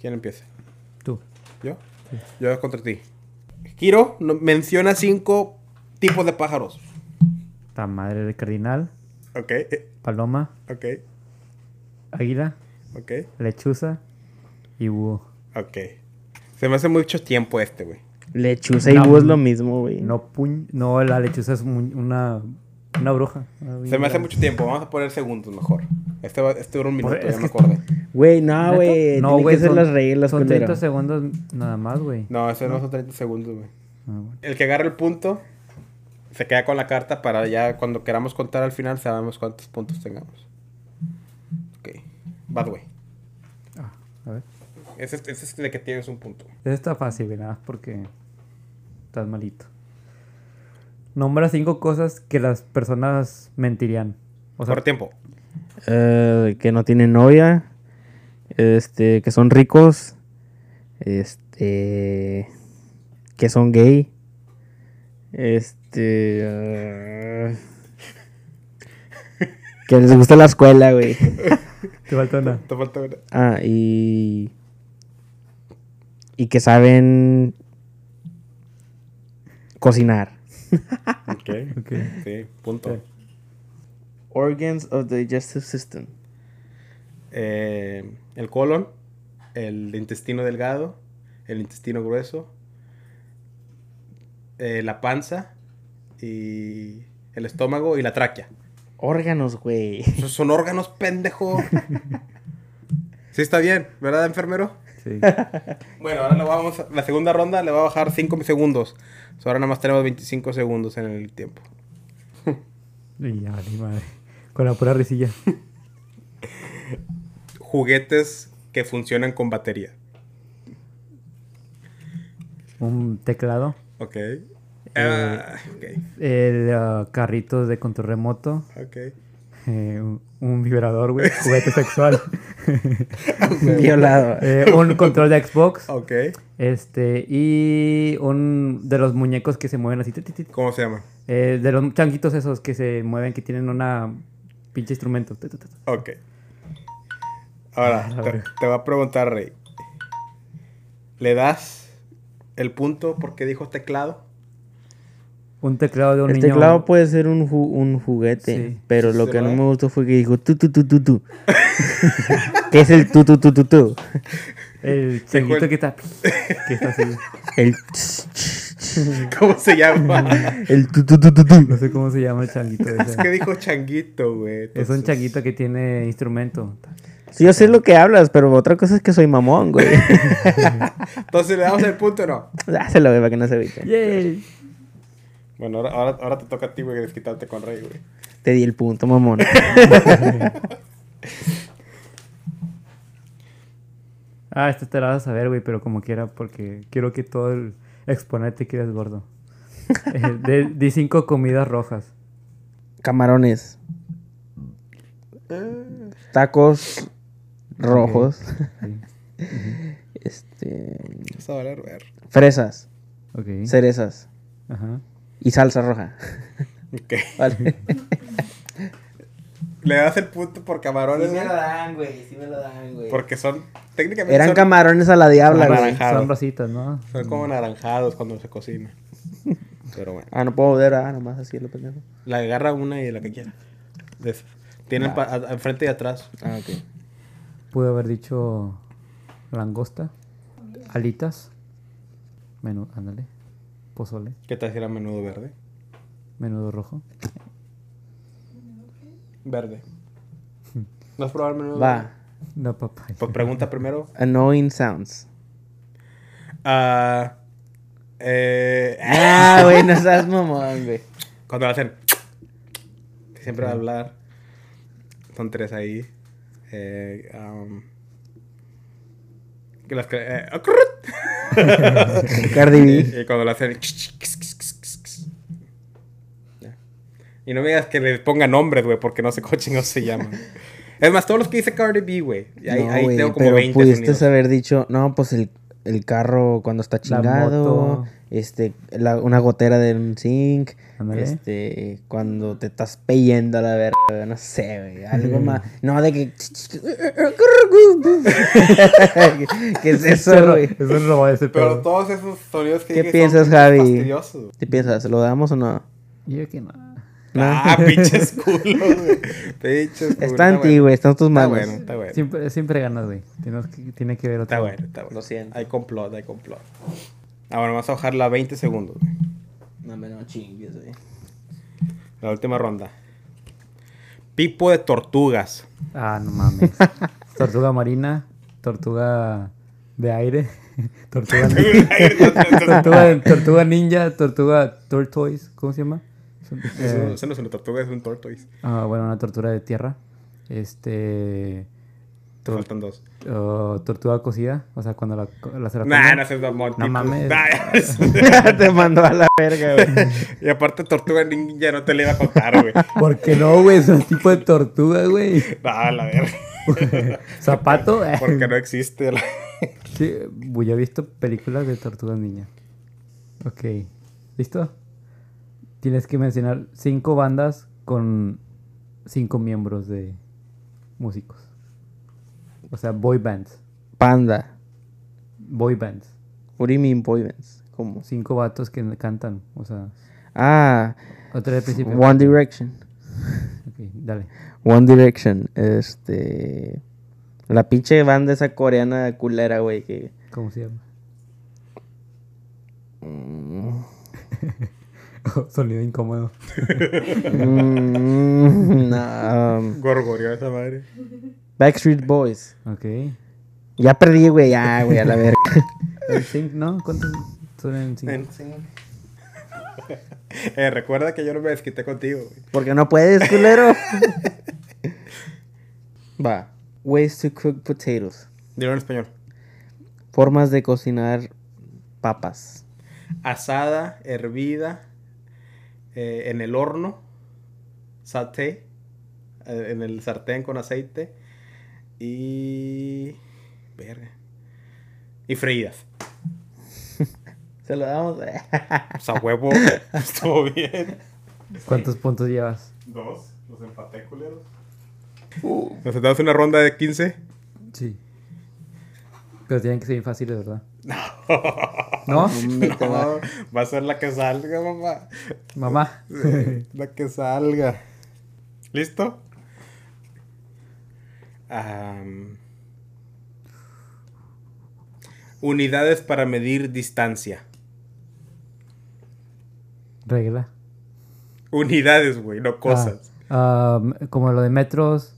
[SPEAKER 1] ¿Quién empieza?
[SPEAKER 2] Tú.
[SPEAKER 1] ¿Yo? Yo contra ti. Giro no- menciona cinco tipos de pájaros.
[SPEAKER 2] Ta madre de cardinal,
[SPEAKER 1] Ok, eh,
[SPEAKER 2] paloma,
[SPEAKER 1] ok,
[SPEAKER 2] águila,
[SPEAKER 1] ok.
[SPEAKER 2] lechuza y búho.
[SPEAKER 1] Ok. Se me hace mucho tiempo este, güey.
[SPEAKER 3] Lechuza y
[SPEAKER 2] No.
[SPEAKER 3] búho es lo mismo, güey.
[SPEAKER 2] No puñ... No, la lechuza es mu- una... Una bruja.
[SPEAKER 1] Se me hace mucho tiempo. Vamos a poner segundos mejor. Este, va- este dura un
[SPEAKER 2] Por-
[SPEAKER 1] minuto,
[SPEAKER 2] es
[SPEAKER 1] ya
[SPEAKER 2] que
[SPEAKER 1] me acordé.
[SPEAKER 3] Güey, no,
[SPEAKER 2] ¿Neta?
[SPEAKER 3] güey. No, güey. que ser
[SPEAKER 2] son-
[SPEAKER 3] las reglas,
[SPEAKER 2] Son
[SPEAKER 3] culero.
[SPEAKER 2] 30 segundos nada más, güey.
[SPEAKER 1] No, ese no son 30 segundos, güey.
[SPEAKER 2] Ah, bueno.
[SPEAKER 1] El que agarra el punto se queda con la carta para ya cuando queramos contar al final sabemos cuántos puntos tengamos. Ok. Bad, güey.
[SPEAKER 2] A ver.
[SPEAKER 1] Ese, es- ese es el que tienes un punto.
[SPEAKER 2] Eso está fácil, güey, nada más porque estás malito. Nombra cinco cosas que las personas mentirían. O sea,
[SPEAKER 1] Por tiempo.
[SPEAKER 3] Eh, que no tienen novia. Este, que son ricos. Este. Que son gay. Este. ah, eh, Que les gusta la escuela, güey.
[SPEAKER 2] Te falta una.
[SPEAKER 1] Te falta una.
[SPEAKER 3] Ah, y. Y que saben. cocinar.
[SPEAKER 1] Ok.
[SPEAKER 2] Ok.
[SPEAKER 1] Sí, punto.
[SPEAKER 3] Organs of the digestive system.
[SPEAKER 1] Eh, el colon, el intestino delgado, el intestino grueso, eh, la panza y el estómago y la tráquea.
[SPEAKER 3] Órganos, güey.
[SPEAKER 1] Esos son órganos, pendejo. Sí, está bien, ¿verdad, enfermero?
[SPEAKER 2] Sí.
[SPEAKER 1] Bueno, ahora lo vamos a- la segunda ronda le va a bajar 5 segundos. So, ahora nada más tenemos 25 segundos en el tiempo.
[SPEAKER 2] Y ya, ni madre. Con la pura risilla.
[SPEAKER 1] Juguetes que funcionan con batería.
[SPEAKER 2] Un teclado.
[SPEAKER 1] Ok. Ah,
[SPEAKER 2] El, ah, carritos de control remoto.
[SPEAKER 1] ok, ok.
[SPEAKER 2] eh, un, un vibrador, güey. Juguete sexual.
[SPEAKER 3] Este Violado.
[SPEAKER 2] eh, un control de Xbox.
[SPEAKER 1] Ok.
[SPEAKER 2] Este, y un de los muñecos que se mueven así. ti, ti, ti.
[SPEAKER 1] ¿Cómo se llama?
[SPEAKER 2] Eh, de los changuitos esos que se mueven, que tienen una pinche instrumento. Tu, tu, tu, tu.
[SPEAKER 1] Ok. Ahora,
[SPEAKER 2] Ah,
[SPEAKER 1] te,
[SPEAKER 2] ok.
[SPEAKER 1] te va a preguntar, Rey. ¿Le das el punto porque dijo teclado?
[SPEAKER 2] Un teclado de un
[SPEAKER 3] El
[SPEAKER 2] niño.
[SPEAKER 3] teclado este puede ser un, ju- un juguete,
[SPEAKER 2] Sí.
[SPEAKER 3] pero lo
[SPEAKER 1] ¿Se
[SPEAKER 3] que no
[SPEAKER 1] va?
[SPEAKER 3] me gustó fue que dijo tu tu tu tu tu. ¿Qué es el tu tu tu tu tu?
[SPEAKER 2] El changuito
[SPEAKER 1] Tejue-
[SPEAKER 2] que está, que está así.
[SPEAKER 3] El ts, ts, ts.
[SPEAKER 1] ¿Cómo se llama?
[SPEAKER 3] el tu tu tu tu
[SPEAKER 2] No
[SPEAKER 3] tu.
[SPEAKER 2] sé cómo se llama el changuito.
[SPEAKER 1] es
[SPEAKER 2] ese.
[SPEAKER 1] que dijo changuito, güey.
[SPEAKER 2] Es un
[SPEAKER 1] entonces-
[SPEAKER 2] changuito que tiene instrumento.
[SPEAKER 3] Sí, yo sé lo que hablas, pero otra cosa es que soy mamón, güey.
[SPEAKER 1] Entonces, ¿le damos el punto o no?
[SPEAKER 3] Dáselo, güey, para que no Ah, se evite.
[SPEAKER 2] ¡Yay!
[SPEAKER 1] Bueno, ahora, ahora, ahora te toca a ti, güey, desquitarte con Rey, güey.
[SPEAKER 3] Te di el punto, mamón.
[SPEAKER 2] Ah, esto te la vas a saber, güey, pero como quiera, porque quiero que todo el exponente quedes gordo. Eh, de, di cinco comidas rojas.
[SPEAKER 3] Camarones. Tacos rojos.
[SPEAKER 2] Sí.
[SPEAKER 3] Este,
[SPEAKER 1] Vas a valer, ver.
[SPEAKER 3] fresas,
[SPEAKER 2] Ok.
[SPEAKER 3] cerezas
[SPEAKER 2] Ajá.
[SPEAKER 3] y salsa roja.
[SPEAKER 1] Ok.
[SPEAKER 3] Vale.
[SPEAKER 1] Le das el punto por camarones, güey.
[SPEAKER 3] dan, güey. Sí me lo dan, güey.
[SPEAKER 1] Porque son. Técnicamente
[SPEAKER 3] Eran
[SPEAKER 1] son,
[SPEAKER 3] camarones a la diabla,
[SPEAKER 1] Son
[SPEAKER 3] güey.
[SPEAKER 1] naranjas. Anaranjado.
[SPEAKER 2] Son rositas, ¿no?
[SPEAKER 1] son como naranjados cuando se cocina. Pero bueno.
[SPEAKER 3] Ah, no puedo ver, ah, nomás así lo pendejo.
[SPEAKER 1] La agarra una y la que quiera. De esas. Tienen pa- a- enfrente y atrás.
[SPEAKER 3] Ah, ok.
[SPEAKER 2] Pude haber dicho langosta, alitas, menú, ándale, pozole,
[SPEAKER 1] ¿Qué te hiciera menudo verde?
[SPEAKER 2] menudo rojo.
[SPEAKER 1] Verde. ¿No has probado el menudo
[SPEAKER 3] Va.
[SPEAKER 1] verde?
[SPEAKER 2] No, papaya.
[SPEAKER 1] Pues pregunta primero.
[SPEAKER 3] Annoying sounds.
[SPEAKER 1] Ah, eh,
[SPEAKER 3] Ah, güey, no seas mamón, güey.
[SPEAKER 1] cuando lo hacen. que siempre va a hablar. Son tres ahí. Eh, am, que las que- eh,
[SPEAKER 3] Cardi B.
[SPEAKER 1] Y cuando lo hacen. Ya. Y no me digas que le pongan nombres, güey, porque no sé cómo chingados se llaman. Es más, todos los que dice Cardi B, güey. y Ahí,
[SPEAKER 3] No,
[SPEAKER 1] ahí
[SPEAKER 3] güey,
[SPEAKER 1] tengo como
[SPEAKER 3] pero
[SPEAKER 1] 20
[SPEAKER 3] pudiste
[SPEAKER 1] sonidos.
[SPEAKER 3] haber dicho, no, pues el, el carro cuando está chingado,
[SPEAKER 2] moto.
[SPEAKER 3] este, la- una gotera de un zinc,
[SPEAKER 2] Ándale.
[SPEAKER 3] este, cuando te estás peyendo a la verga, güey, no sé, güey, algo más, no, de que, ¿qué es
[SPEAKER 2] Ese
[SPEAKER 3] eso,
[SPEAKER 2] ro-
[SPEAKER 3] güey?
[SPEAKER 2] Es un robo ese
[SPEAKER 1] Pero
[SPEAKER 2] pedo.
[SPEAKER 1] todos esos sonidos que
[SPEAKER 3] ¿Qué
[SPEAKER 1] dije
[SPEAKER 3] piensas,
[SPEAKER 1] son
[SPEAKER 3] Javi?
[SPEAKER 1] fastidiosos. güey.
[SPEAKER 3] ¿Qué piensas, lo damos o no?
[SPEAKER 2] Yo que no.
[SPEAKER 1] Ah, pinches culo, güey. Pinches culo.
[SPEAKER 3] Está en ti, güey, está en tus
[SPEAKER 1] Está
[SPEAKER 3] manos.
[SPEAKER 1] bueno, está bueno.
[SPEAKER 2] Siempre, siempre ganas, güey. Tienes que- Tiene que ver otra.
[SPEAKER 1] Está bueno, está bueno.
[SPEAKER 3] Lo siento.
[SPEAKER 1] Hay complot, hay complot. Ahora vamos a bajarla a 20 segundos, güey.
[SPEAKER 3] No me no chingues, güey.
[SPEAKER 1] La última ronda. Pipo de tortugas.
[SPEAKER 2] Ah, no mames. Tortuga marina, tortuga de aire, tortuga, ni- tortuga, tortuga ninja, tortuga tortoise, ¿cómo se llama? Son-
[SPEAKER 1] Eso,
[SPEAKER 2] eh,
[SPEAKER 1] eso no es una tortuga, es un tortoise.
[SPEAKER 2] Ah, bueno, una tortura de tierra. Este.
[SPEAKER 1] Te faltan dos.
[SPEAKER 2] oh, tortuga cocida. O sea, cuando la, la se la
[SPEAKER 1] Nah,
[SPEAKER 2] comen.
[SPEAKER 1] no seas mamón.
[SPEAKER 2] No
[SPEAKER 1] Pipo.
[SPEAKER 2] mames.
[SPEAKER 1] Nah, ya ves.
[SPEAKER 3] Te mandó a la verga, güey.
[SPEAKER 1] y aparte, tortuga ninja no te le iba a contar, güey.
[SPEAKER 2] ¿Por qué no, güey? Es un tipo de tortuga, güey.
[SPEAKER 1] Nah, Ah, la verga.
[SPEAKER 2] Zapato. eh.
[SPEAKER 1] Porque no existe. la-
[SPEAKER 2] Sí, güey, yo he visto películas de tortugas niña. Ok. ¿Listo? Tienes que mencionar cinco bandas con cinco miembros de músicos. O sea, boy bands.
[SPEAKER 3] Panda.
[SPEAKER 2] Boy bands.
[SPEAKER 3] What do you mean boy bands? ¿Cómo?
[SPEAKER 2] Cinco vatos que cantan. O sea,
[SPEAKER 3] Ah,
[SPEAKER 2] otra vez al principio.
[SPEAKER 3] One Direction.
[SPEAKER 2] Ok, dale.
[SPEAKER 3] One Direction. Este. La pinche banda esa coreana culera, güey. Que.
[SPEAKER 2] ¿Cómo se llama?
[SPEAKER 3] Mm.
[SPEAKER 2] Oh, Sonido incómodo.
[SPEAKER 3] Mm, no, um,
[SPEAKER 1] Gorgoreó esa madre.
[SPEAKER 3] Backstreet Boys.
[SPEAKER 2] Ok.
[SPEAKER 3] Ya perdí, güey. Ya, güey, a la verga.
[SPEAKER 2] El sync, ¿no? ¿Cuántos son en sync?
[SPEAKER 1] Eh, recuerda que yo no me desquité contigo, güey.
[SPEAKER 3] Porque no puedes, culero. Va. Ways to cook potatoes.
[SPEAKER 1] Dilo en español.
[SPEAKER 3] Formas de cocinar papas.
[SPEAKER 1] Asada, hervida, eh, en el horno, saté, eh, en el sartén con aceite y... Verga. Y freídas.
[SPEAKER 3] Se lo damos.
[SPEAKER 1] O sea, huevo, estuvo bien.
[SPEAKER 2] ¿Cuántos puntos llevas?
[SPEAKER 1] Dos, los empaté, culeros. Nos sentamos en una ronda de 15.
[SPEAKER 2] Sí. Pero tienen que ser bien fáciles, ¿verdad? No. ¿No?
[SPEAKER 1] No, va a ser la que salga, mamá.
[SPEAKER 2] Mamá.
[SPEAKER 1] La que salga. ¿Listo? Am. unidades para medir distancia.
[SPEAKER 2] Regla.
[SPEAKER 1] Unidades, güey, no cosas.
[SPEAKER 2] Ah, ah, como lo de metros,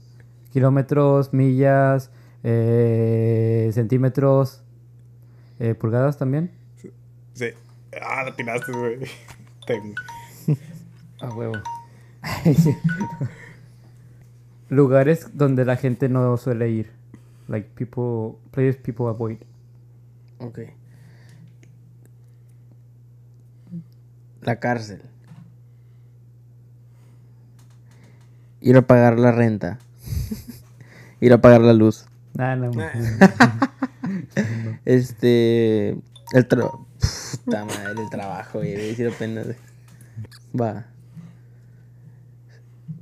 [SPEAKER 2] kilómetros, millas, eh, centímetros, eh, pulgadas también.
[SPEAKER 1] Sí. Ah, la tiraste, güey. Tengo.
[SPEAKER 2] A huevo. Lugares donde la gente no suele ir. Like people, places people avoid.
[SPEAKER 3] Ok. La cárcel. Ir a pagar la renta. Ir a pagar la luz.
[SPEAKER 2] Ah, no. no.
[SPEAKER 3] Este. El trabajo. Puta madre, el trabajo, güey. Voy a decir apenas. güey. Va.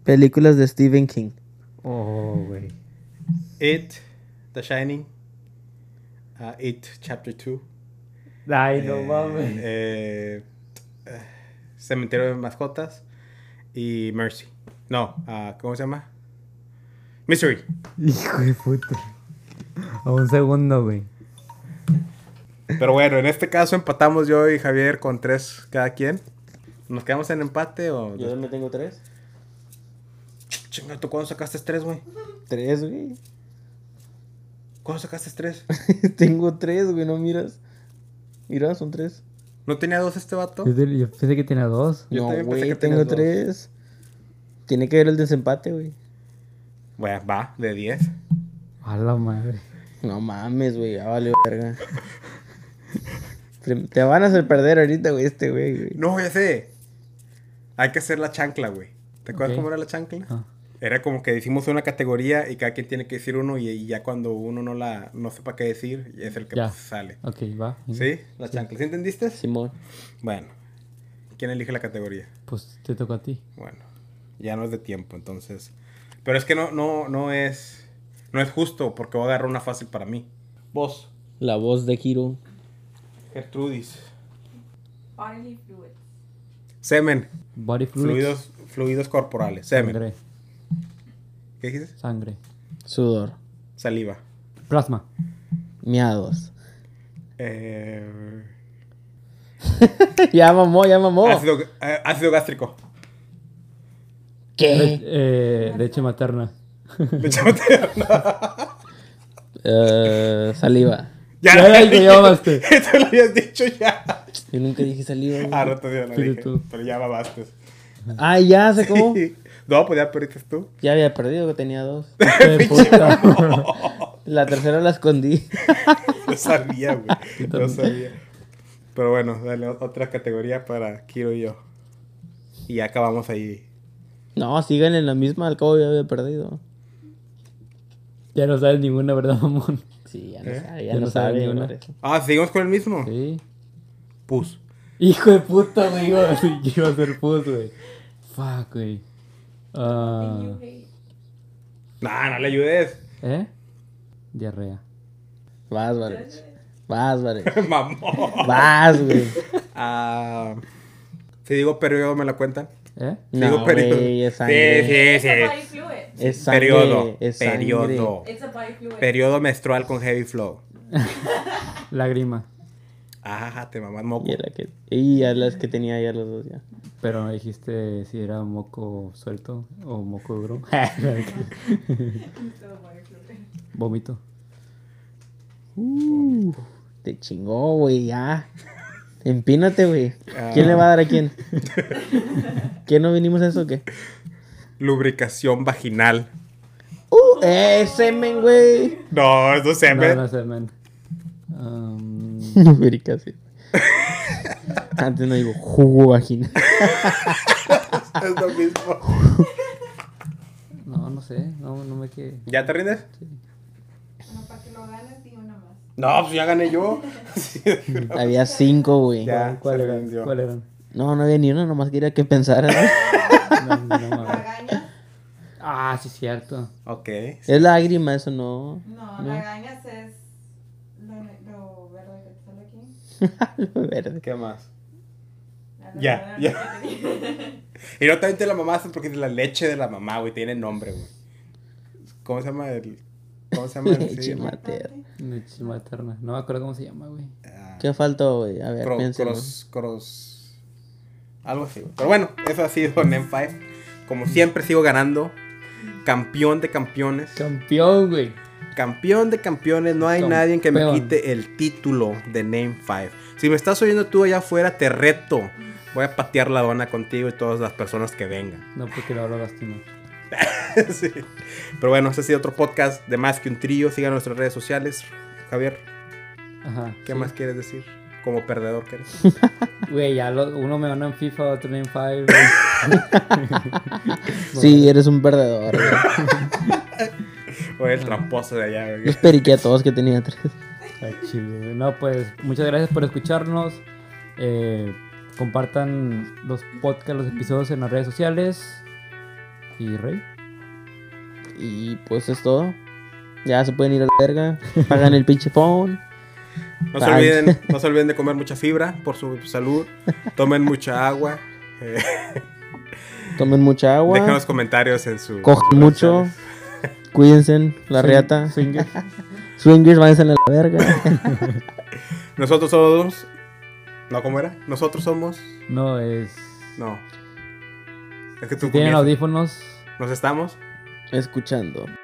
[SPEAKER 3] Películas de Stephen King.
[SPEAKER 2] Oh, güey.
[SPEAKER 1] It, The Shining. ah, It, Chapter 2.
[SPEAKER 2] Ay,
[SPEAKER 1] Eh,
[SPEAKER 2] no mames.
[SPEAKER 1] eh, eh, Cementerio de mascotas y Mercy. No, ah, ¿cómo se llama? Mystery.
[SPEAKER 2] Hijo de puta. A un segundo, güey.
[SPEAKER 1] Pero bueno, en este caso empatamos yo y Javier con tres cada quien. ¿Nos quedamos en empate o...?
[SPEAKER 3] también tengo tres.
[SPEAKER 1] Chinga, ¿tú cuándo sacaste tres, güey?
[SPEAKER 3] Tres, güey.
[SPEAKER 1] ¿Cuándo sacaste tres?
[SPEAKER 3] tengo tres, güey, no miras. Mira, son tres.
[SPEAKER 1] ¿No tenía dos este vato?
[SPEAKER 2] Yo, te- yo pensé que tenía dos.
[SPEAKER 1] Yo
[SPEAKER 3] no,
[SPEAKER 1] también pensé
[SPEAKER 3] güey,
[SPEAKER 1] que
[SPEAKER 3] tengo
[SPEAKER 1] tenías dos.
[SPEAKER 3] tres. Tiene que ver el desempate, güey.
[SPEAKER 1] Bueno, va, de diez.
[SPEAKER 2] A la madre.
[SPEAKER 3] No mames, güey, ya valió verga. Te- Te van a hacer perder ahorita, güey, este güey, güey.
[SPEAKER 1] No, ya sé. Hay que hacer la chancla, güey. ¿Te acuerdas
[SPEAKER 2] Ok.
[SPEAKER 1] cómo era la chancla?
[SPEAKER 2] Ah.
[SPEAKER 1] Era como que decimos una categoría y cada quien tiene que decir uno y, y ya cuando uno no la no sepa qué decir, es el que
[SPEAKER 2] Ya.
[SPEAKER 1] pues, sale.
[SPEAKER 2] Ok, va.
[SPEAKER 1] ¿Sí? La chancla. ¿Sí entendiste?
[SPEAKER 3] Simón.
[SPEAKER 1] Bueno. ¿Quién elige la categoría?
[SPEAKER 2] Pues te toca a ti.
[SPEAKER 1] Bueno. Ya no es de tiempo, entonces. Pero es que no, no, no es. No es justo porque voy a agarrar una fácil para mí. Vos,
[SPEAKER 3] La voz de Hiro.
[SPEAKER 1] Gertrudis.
[SPEAKER 4] Bodily fluids.
[SPEAKER 1] Semen.
[SPEAKER 2] Body fluids.
[SPEAKER 1] Fluidos, fluidos corporales. Semen.
[SPEAKER 2] Sangre.
[SPEAKER 1] ¿Qué dijiste?
[SPEAKER 2] Sangre.
[SPEAKER 3] Sudor.
[SPEAKER 1] Saliva.
[SPEAKER 2] Plasma.
[SPEAKER 3] Miados.
[SPEAKER 1] Eh,
[SPEAKER 3] ya mamó, ya
[SPEAKER 2] Oh.
[SPEAKER 3] mamó.
[SPEAKER 1] ácido, eh, ácido gástrico.
[SPEAKER 2] Le-
[SPEAKER 3] ¿Qué?
[SPEAKER 2] eh, leche materna.
[SPEAKER 1] Leche materna.
[SPEAKER 3] Eh, saliva.
[SPEAKER 1] ya,
[SPEAKER 2] Ya, ya,
[SPEAKER 1] lo dije.
[SPEAKER 2] llevabaste.
[SPEAKER 1] Esto lo habías dicho ya.
[SPEAKER 3] Yo nunca dije saliva. güey.
[SPEAKER 1] Ah, no te digo, no
[SPEAKER 2] Sí,
[SPEAKER 1] dije.
[SPEAKER 2] tú.
[SPEAKER 1] Pero ya babaste.
[SPEAKER 3] Ah, ya se acabó.
[SPEAKER 1] No, pues ya perdiste tú.
[SPEAKER 3] Ya había perdido que tenía dos.
[SPEAKER 2] Hijo de puta.
[SPEAKER 3] La tercera la escondí.
[SPEAKER 1] No sabía, güey. No
[SPEAKER 2] también.
[SPEAKER 1] sabía. Pero bueno, dale o- otra categoría para Kiro y yo. Y ya acabamos ahí.
[SPEAKER 3] No, sigan en la misma, al cabo ya había perdido.
[SPEAKER 2] ya no sabes ninguna, ¿verdad, mamón?
[SPEAKER 3] Sí, ya no
[SPEAKER 1] ¿Eh?
[SPEAKER 3] sabe, ya, no, sabe
[SPEAKER 2] ni una.
[SPEAKER 3] por eso.
[SPEAKER 1] Ah, seguimos con el mismo.
[SPEAKER 2] Sí.
[SPEAKER 1] Pus.
[SPEAKER 2] Hijo de puta, güey. Iba, iba a ser pus, güey. Fuck, güey.
[SPEAKER 4] Thing
[SPEAKER 2] Ah,
[SPEAKER 4] you hate.
[SPEAKER 1] No, no le ayudes.
[SPEAKER 2] ¿Eh? Diarrea.
[SPEAKER 3] Vas, vale. Vas, vale.
[SPEAKER 1] Mamón.
[SPEAKER 3] Vas, güey.
[SPEAKER 1] Ah, si digo periodo, ¿me la cuentan?
[SPEAKER 2] ¿Eh?
[SPEAKER 1] Si
[SPEAKER 3] No,
[SPEAKER 1] digo periodo.
[SPEAKER 3] güey, es
[SPEAKER 1] Sí,
[SPEAKER 3] sangre.
[SPEAKER 1] sí,
[SPEAKER 4] It's a
[SPEAKER 1] sí.
[SPEAKER 4] body fluid.
[SPEAKER 3] Es sangre,
[SPEAKER 1] periodo.
[SPEAKER 3] es sangre.
[SPEAKER 1] periodo.
[SPEAKER 4] It's a body fluid.
[SPEAKER 1] Periodo menstrual con heavy flow.
[SPEAKER 2] Lágrima.
[SPEAKER 1] Ajá, te mamás moco.
[SPEAKER 3] Y, era que, y ya las que tenía ya los dos ya.
[SPEAKER 2] Pero me dijiste si era moco suelto o moco duro.
[SPEAKER 1] Eh.
[SPEAKER 4] It's a body fluid.
[SPEAKER 2] Vómito.
[SPEAKER 3] Uh, te chingó, güey, ya. Empínate, güey. ¿Quién le va a dar a quién? ¿Quién no vinimos a eso o qué?
[SPEAKER 1] Lubricación vaginal.
[SPEAKER 3] Uh, eh, semen, güey.
[SPEAKER 1] No, eso se
[SPEAKER 2] No,
[SPEAKER 1] me.
[SPEAKER 2] no sé, man. Um,
[SPEAKER 3] Lubricación. Antes no digo jugo vagina.
[SPEAKER 1] Es lo mismo.
[SPEAKER 2] no, no sé. No, no me quedé.
[SPEAKER 1] ¿Ya te rindes?
[SPEAKER 4] No, para que lo ganes, di una más.
[SPEAKER 1] No, pues ya gané yo.
[SPEAKER 3] Había cinco, güey.
[SPEAKER 1] Ya,
[SPEAKER 2] ¿Cuál
[SPEAKER 1] se
[SPEAKER 2] era?
[SPEAKER 1] rindió.
[SPEAKER 2] ¿Cuál eran?
[SPEAKER 3] No, no había ni uno, nomás quería que pensara.
[SPEAKER 2] No, no, no, no.
[SPEAKER 4] Lagañas.
[SPEAKER 2] Ah, sí, cierto.
[SPEAKER 1] Ok.
[SPEAKER 3] Es lágrima, eso no.
[SPEAKER 4] No, lagañas es lo, ne- lo verde que sale aquí.
[SPEAKER 3] Lo verde.
[SPEAKER 1] ¿Qué más?
[SPEAKER 4] La- la-
[SPEAKER 1] Ya,
[SPEAKER 4] la-
[SPEAKER 1] ya. Y no también te la mamaste porque la leche de la mamá, güey, tiene nombre, güey. ¿Cómo se llama el. ¿Cómo se llama el.
[SPEAKER 3] Leche
[SPEAKER 1] sí,
[SPEAKER 3] materna.
[SPEAKER 2] Leche materna. No me acuerdo cómo se llama, güey.
[SPEAKER 1] ah,
[SPEAKER 3] ¿Qué faltó, güey? A ver,
[SPEAKER 1] cro-
[SPEAKER 3] piénselo.
[SPEAKER 1] cross, cross. Algo así, güey. Pero bueno, eso ha sido en M5. Como siempre, sigo ganando. Campeón de campeones.
[SPEAKER 2] Campeón, güey.
[SPEAKER 1] Campeón de campeones, no hay
[SPEAKER 2] Campeón.
[SPEAKER 1] nadie que me quite el título de Name 5. Si me estás oyendo tú allá afuera, te reto. Voy a patear la dona contigo y todas las personas que vengan.
[SPEAKER 2] No, porque lo hablo lastima.
[SPEAKER 1] Sí. Pero bueno, este ha sido otro podcast de Más que un Trío. Sigan nuestras redes sociales. Javier,
[SPEAKER 2] Ajá.
[SPEAKER 1] ¿qué
[SPEAKER 2] sí.
[SPEAKER 1] más quieres decir? Como perdedor que eres.
[SPEAKER 2] Güey, ya lo- uno me ganó en FIFA, otro en 5.
[SPEAKER 3] Sí, eres un perdedor, güey.
[SPEAKER 1] O el tramposo de allá. güey.
[SPEAKER 3] Los periqué a todos que tenía tres.
[SPEAKER 2] Ay, chile. No, pues muchas gracias por escucharnos. Eh, compartan los podcasts, los episodios en las redes sociales. Y Rey.
[SPEAKER 3] Y pues es todo. Ya se pueden ir a la verga. Pagan el pinche phone.
[SPEAKER 1] No se,
[SPEAKER 3] Ay.
[SPEAKER 1] olviden, no se olviden de comer mucha fibra por su salud. Tomen mucha agua. Eh,
[SPEAKER 3] Tomen mucha agua.
[SPEAKER 1] dejen los comentarios en su.
[SPEAKER 3] Cojan mucho. Cuídense. La reata.
[SPEAKER 2] Swinger.
[SPEAKER 3] Swingers, váyanse a la verga.
[SPEAKER 1] Nosotros somos. No, ¿cómo era? Nosotros somos.
[SPEAKER 2] No, es.
[SPEAKER 1] No. Es que tú
[SPEAKER 2] Si tienen
[SPEAKER 1] comienzas.
[SPEAKER 2] audífonos.
[SPEAKER 1] Nos estamos.
[SPEAKER 3] Escuchando.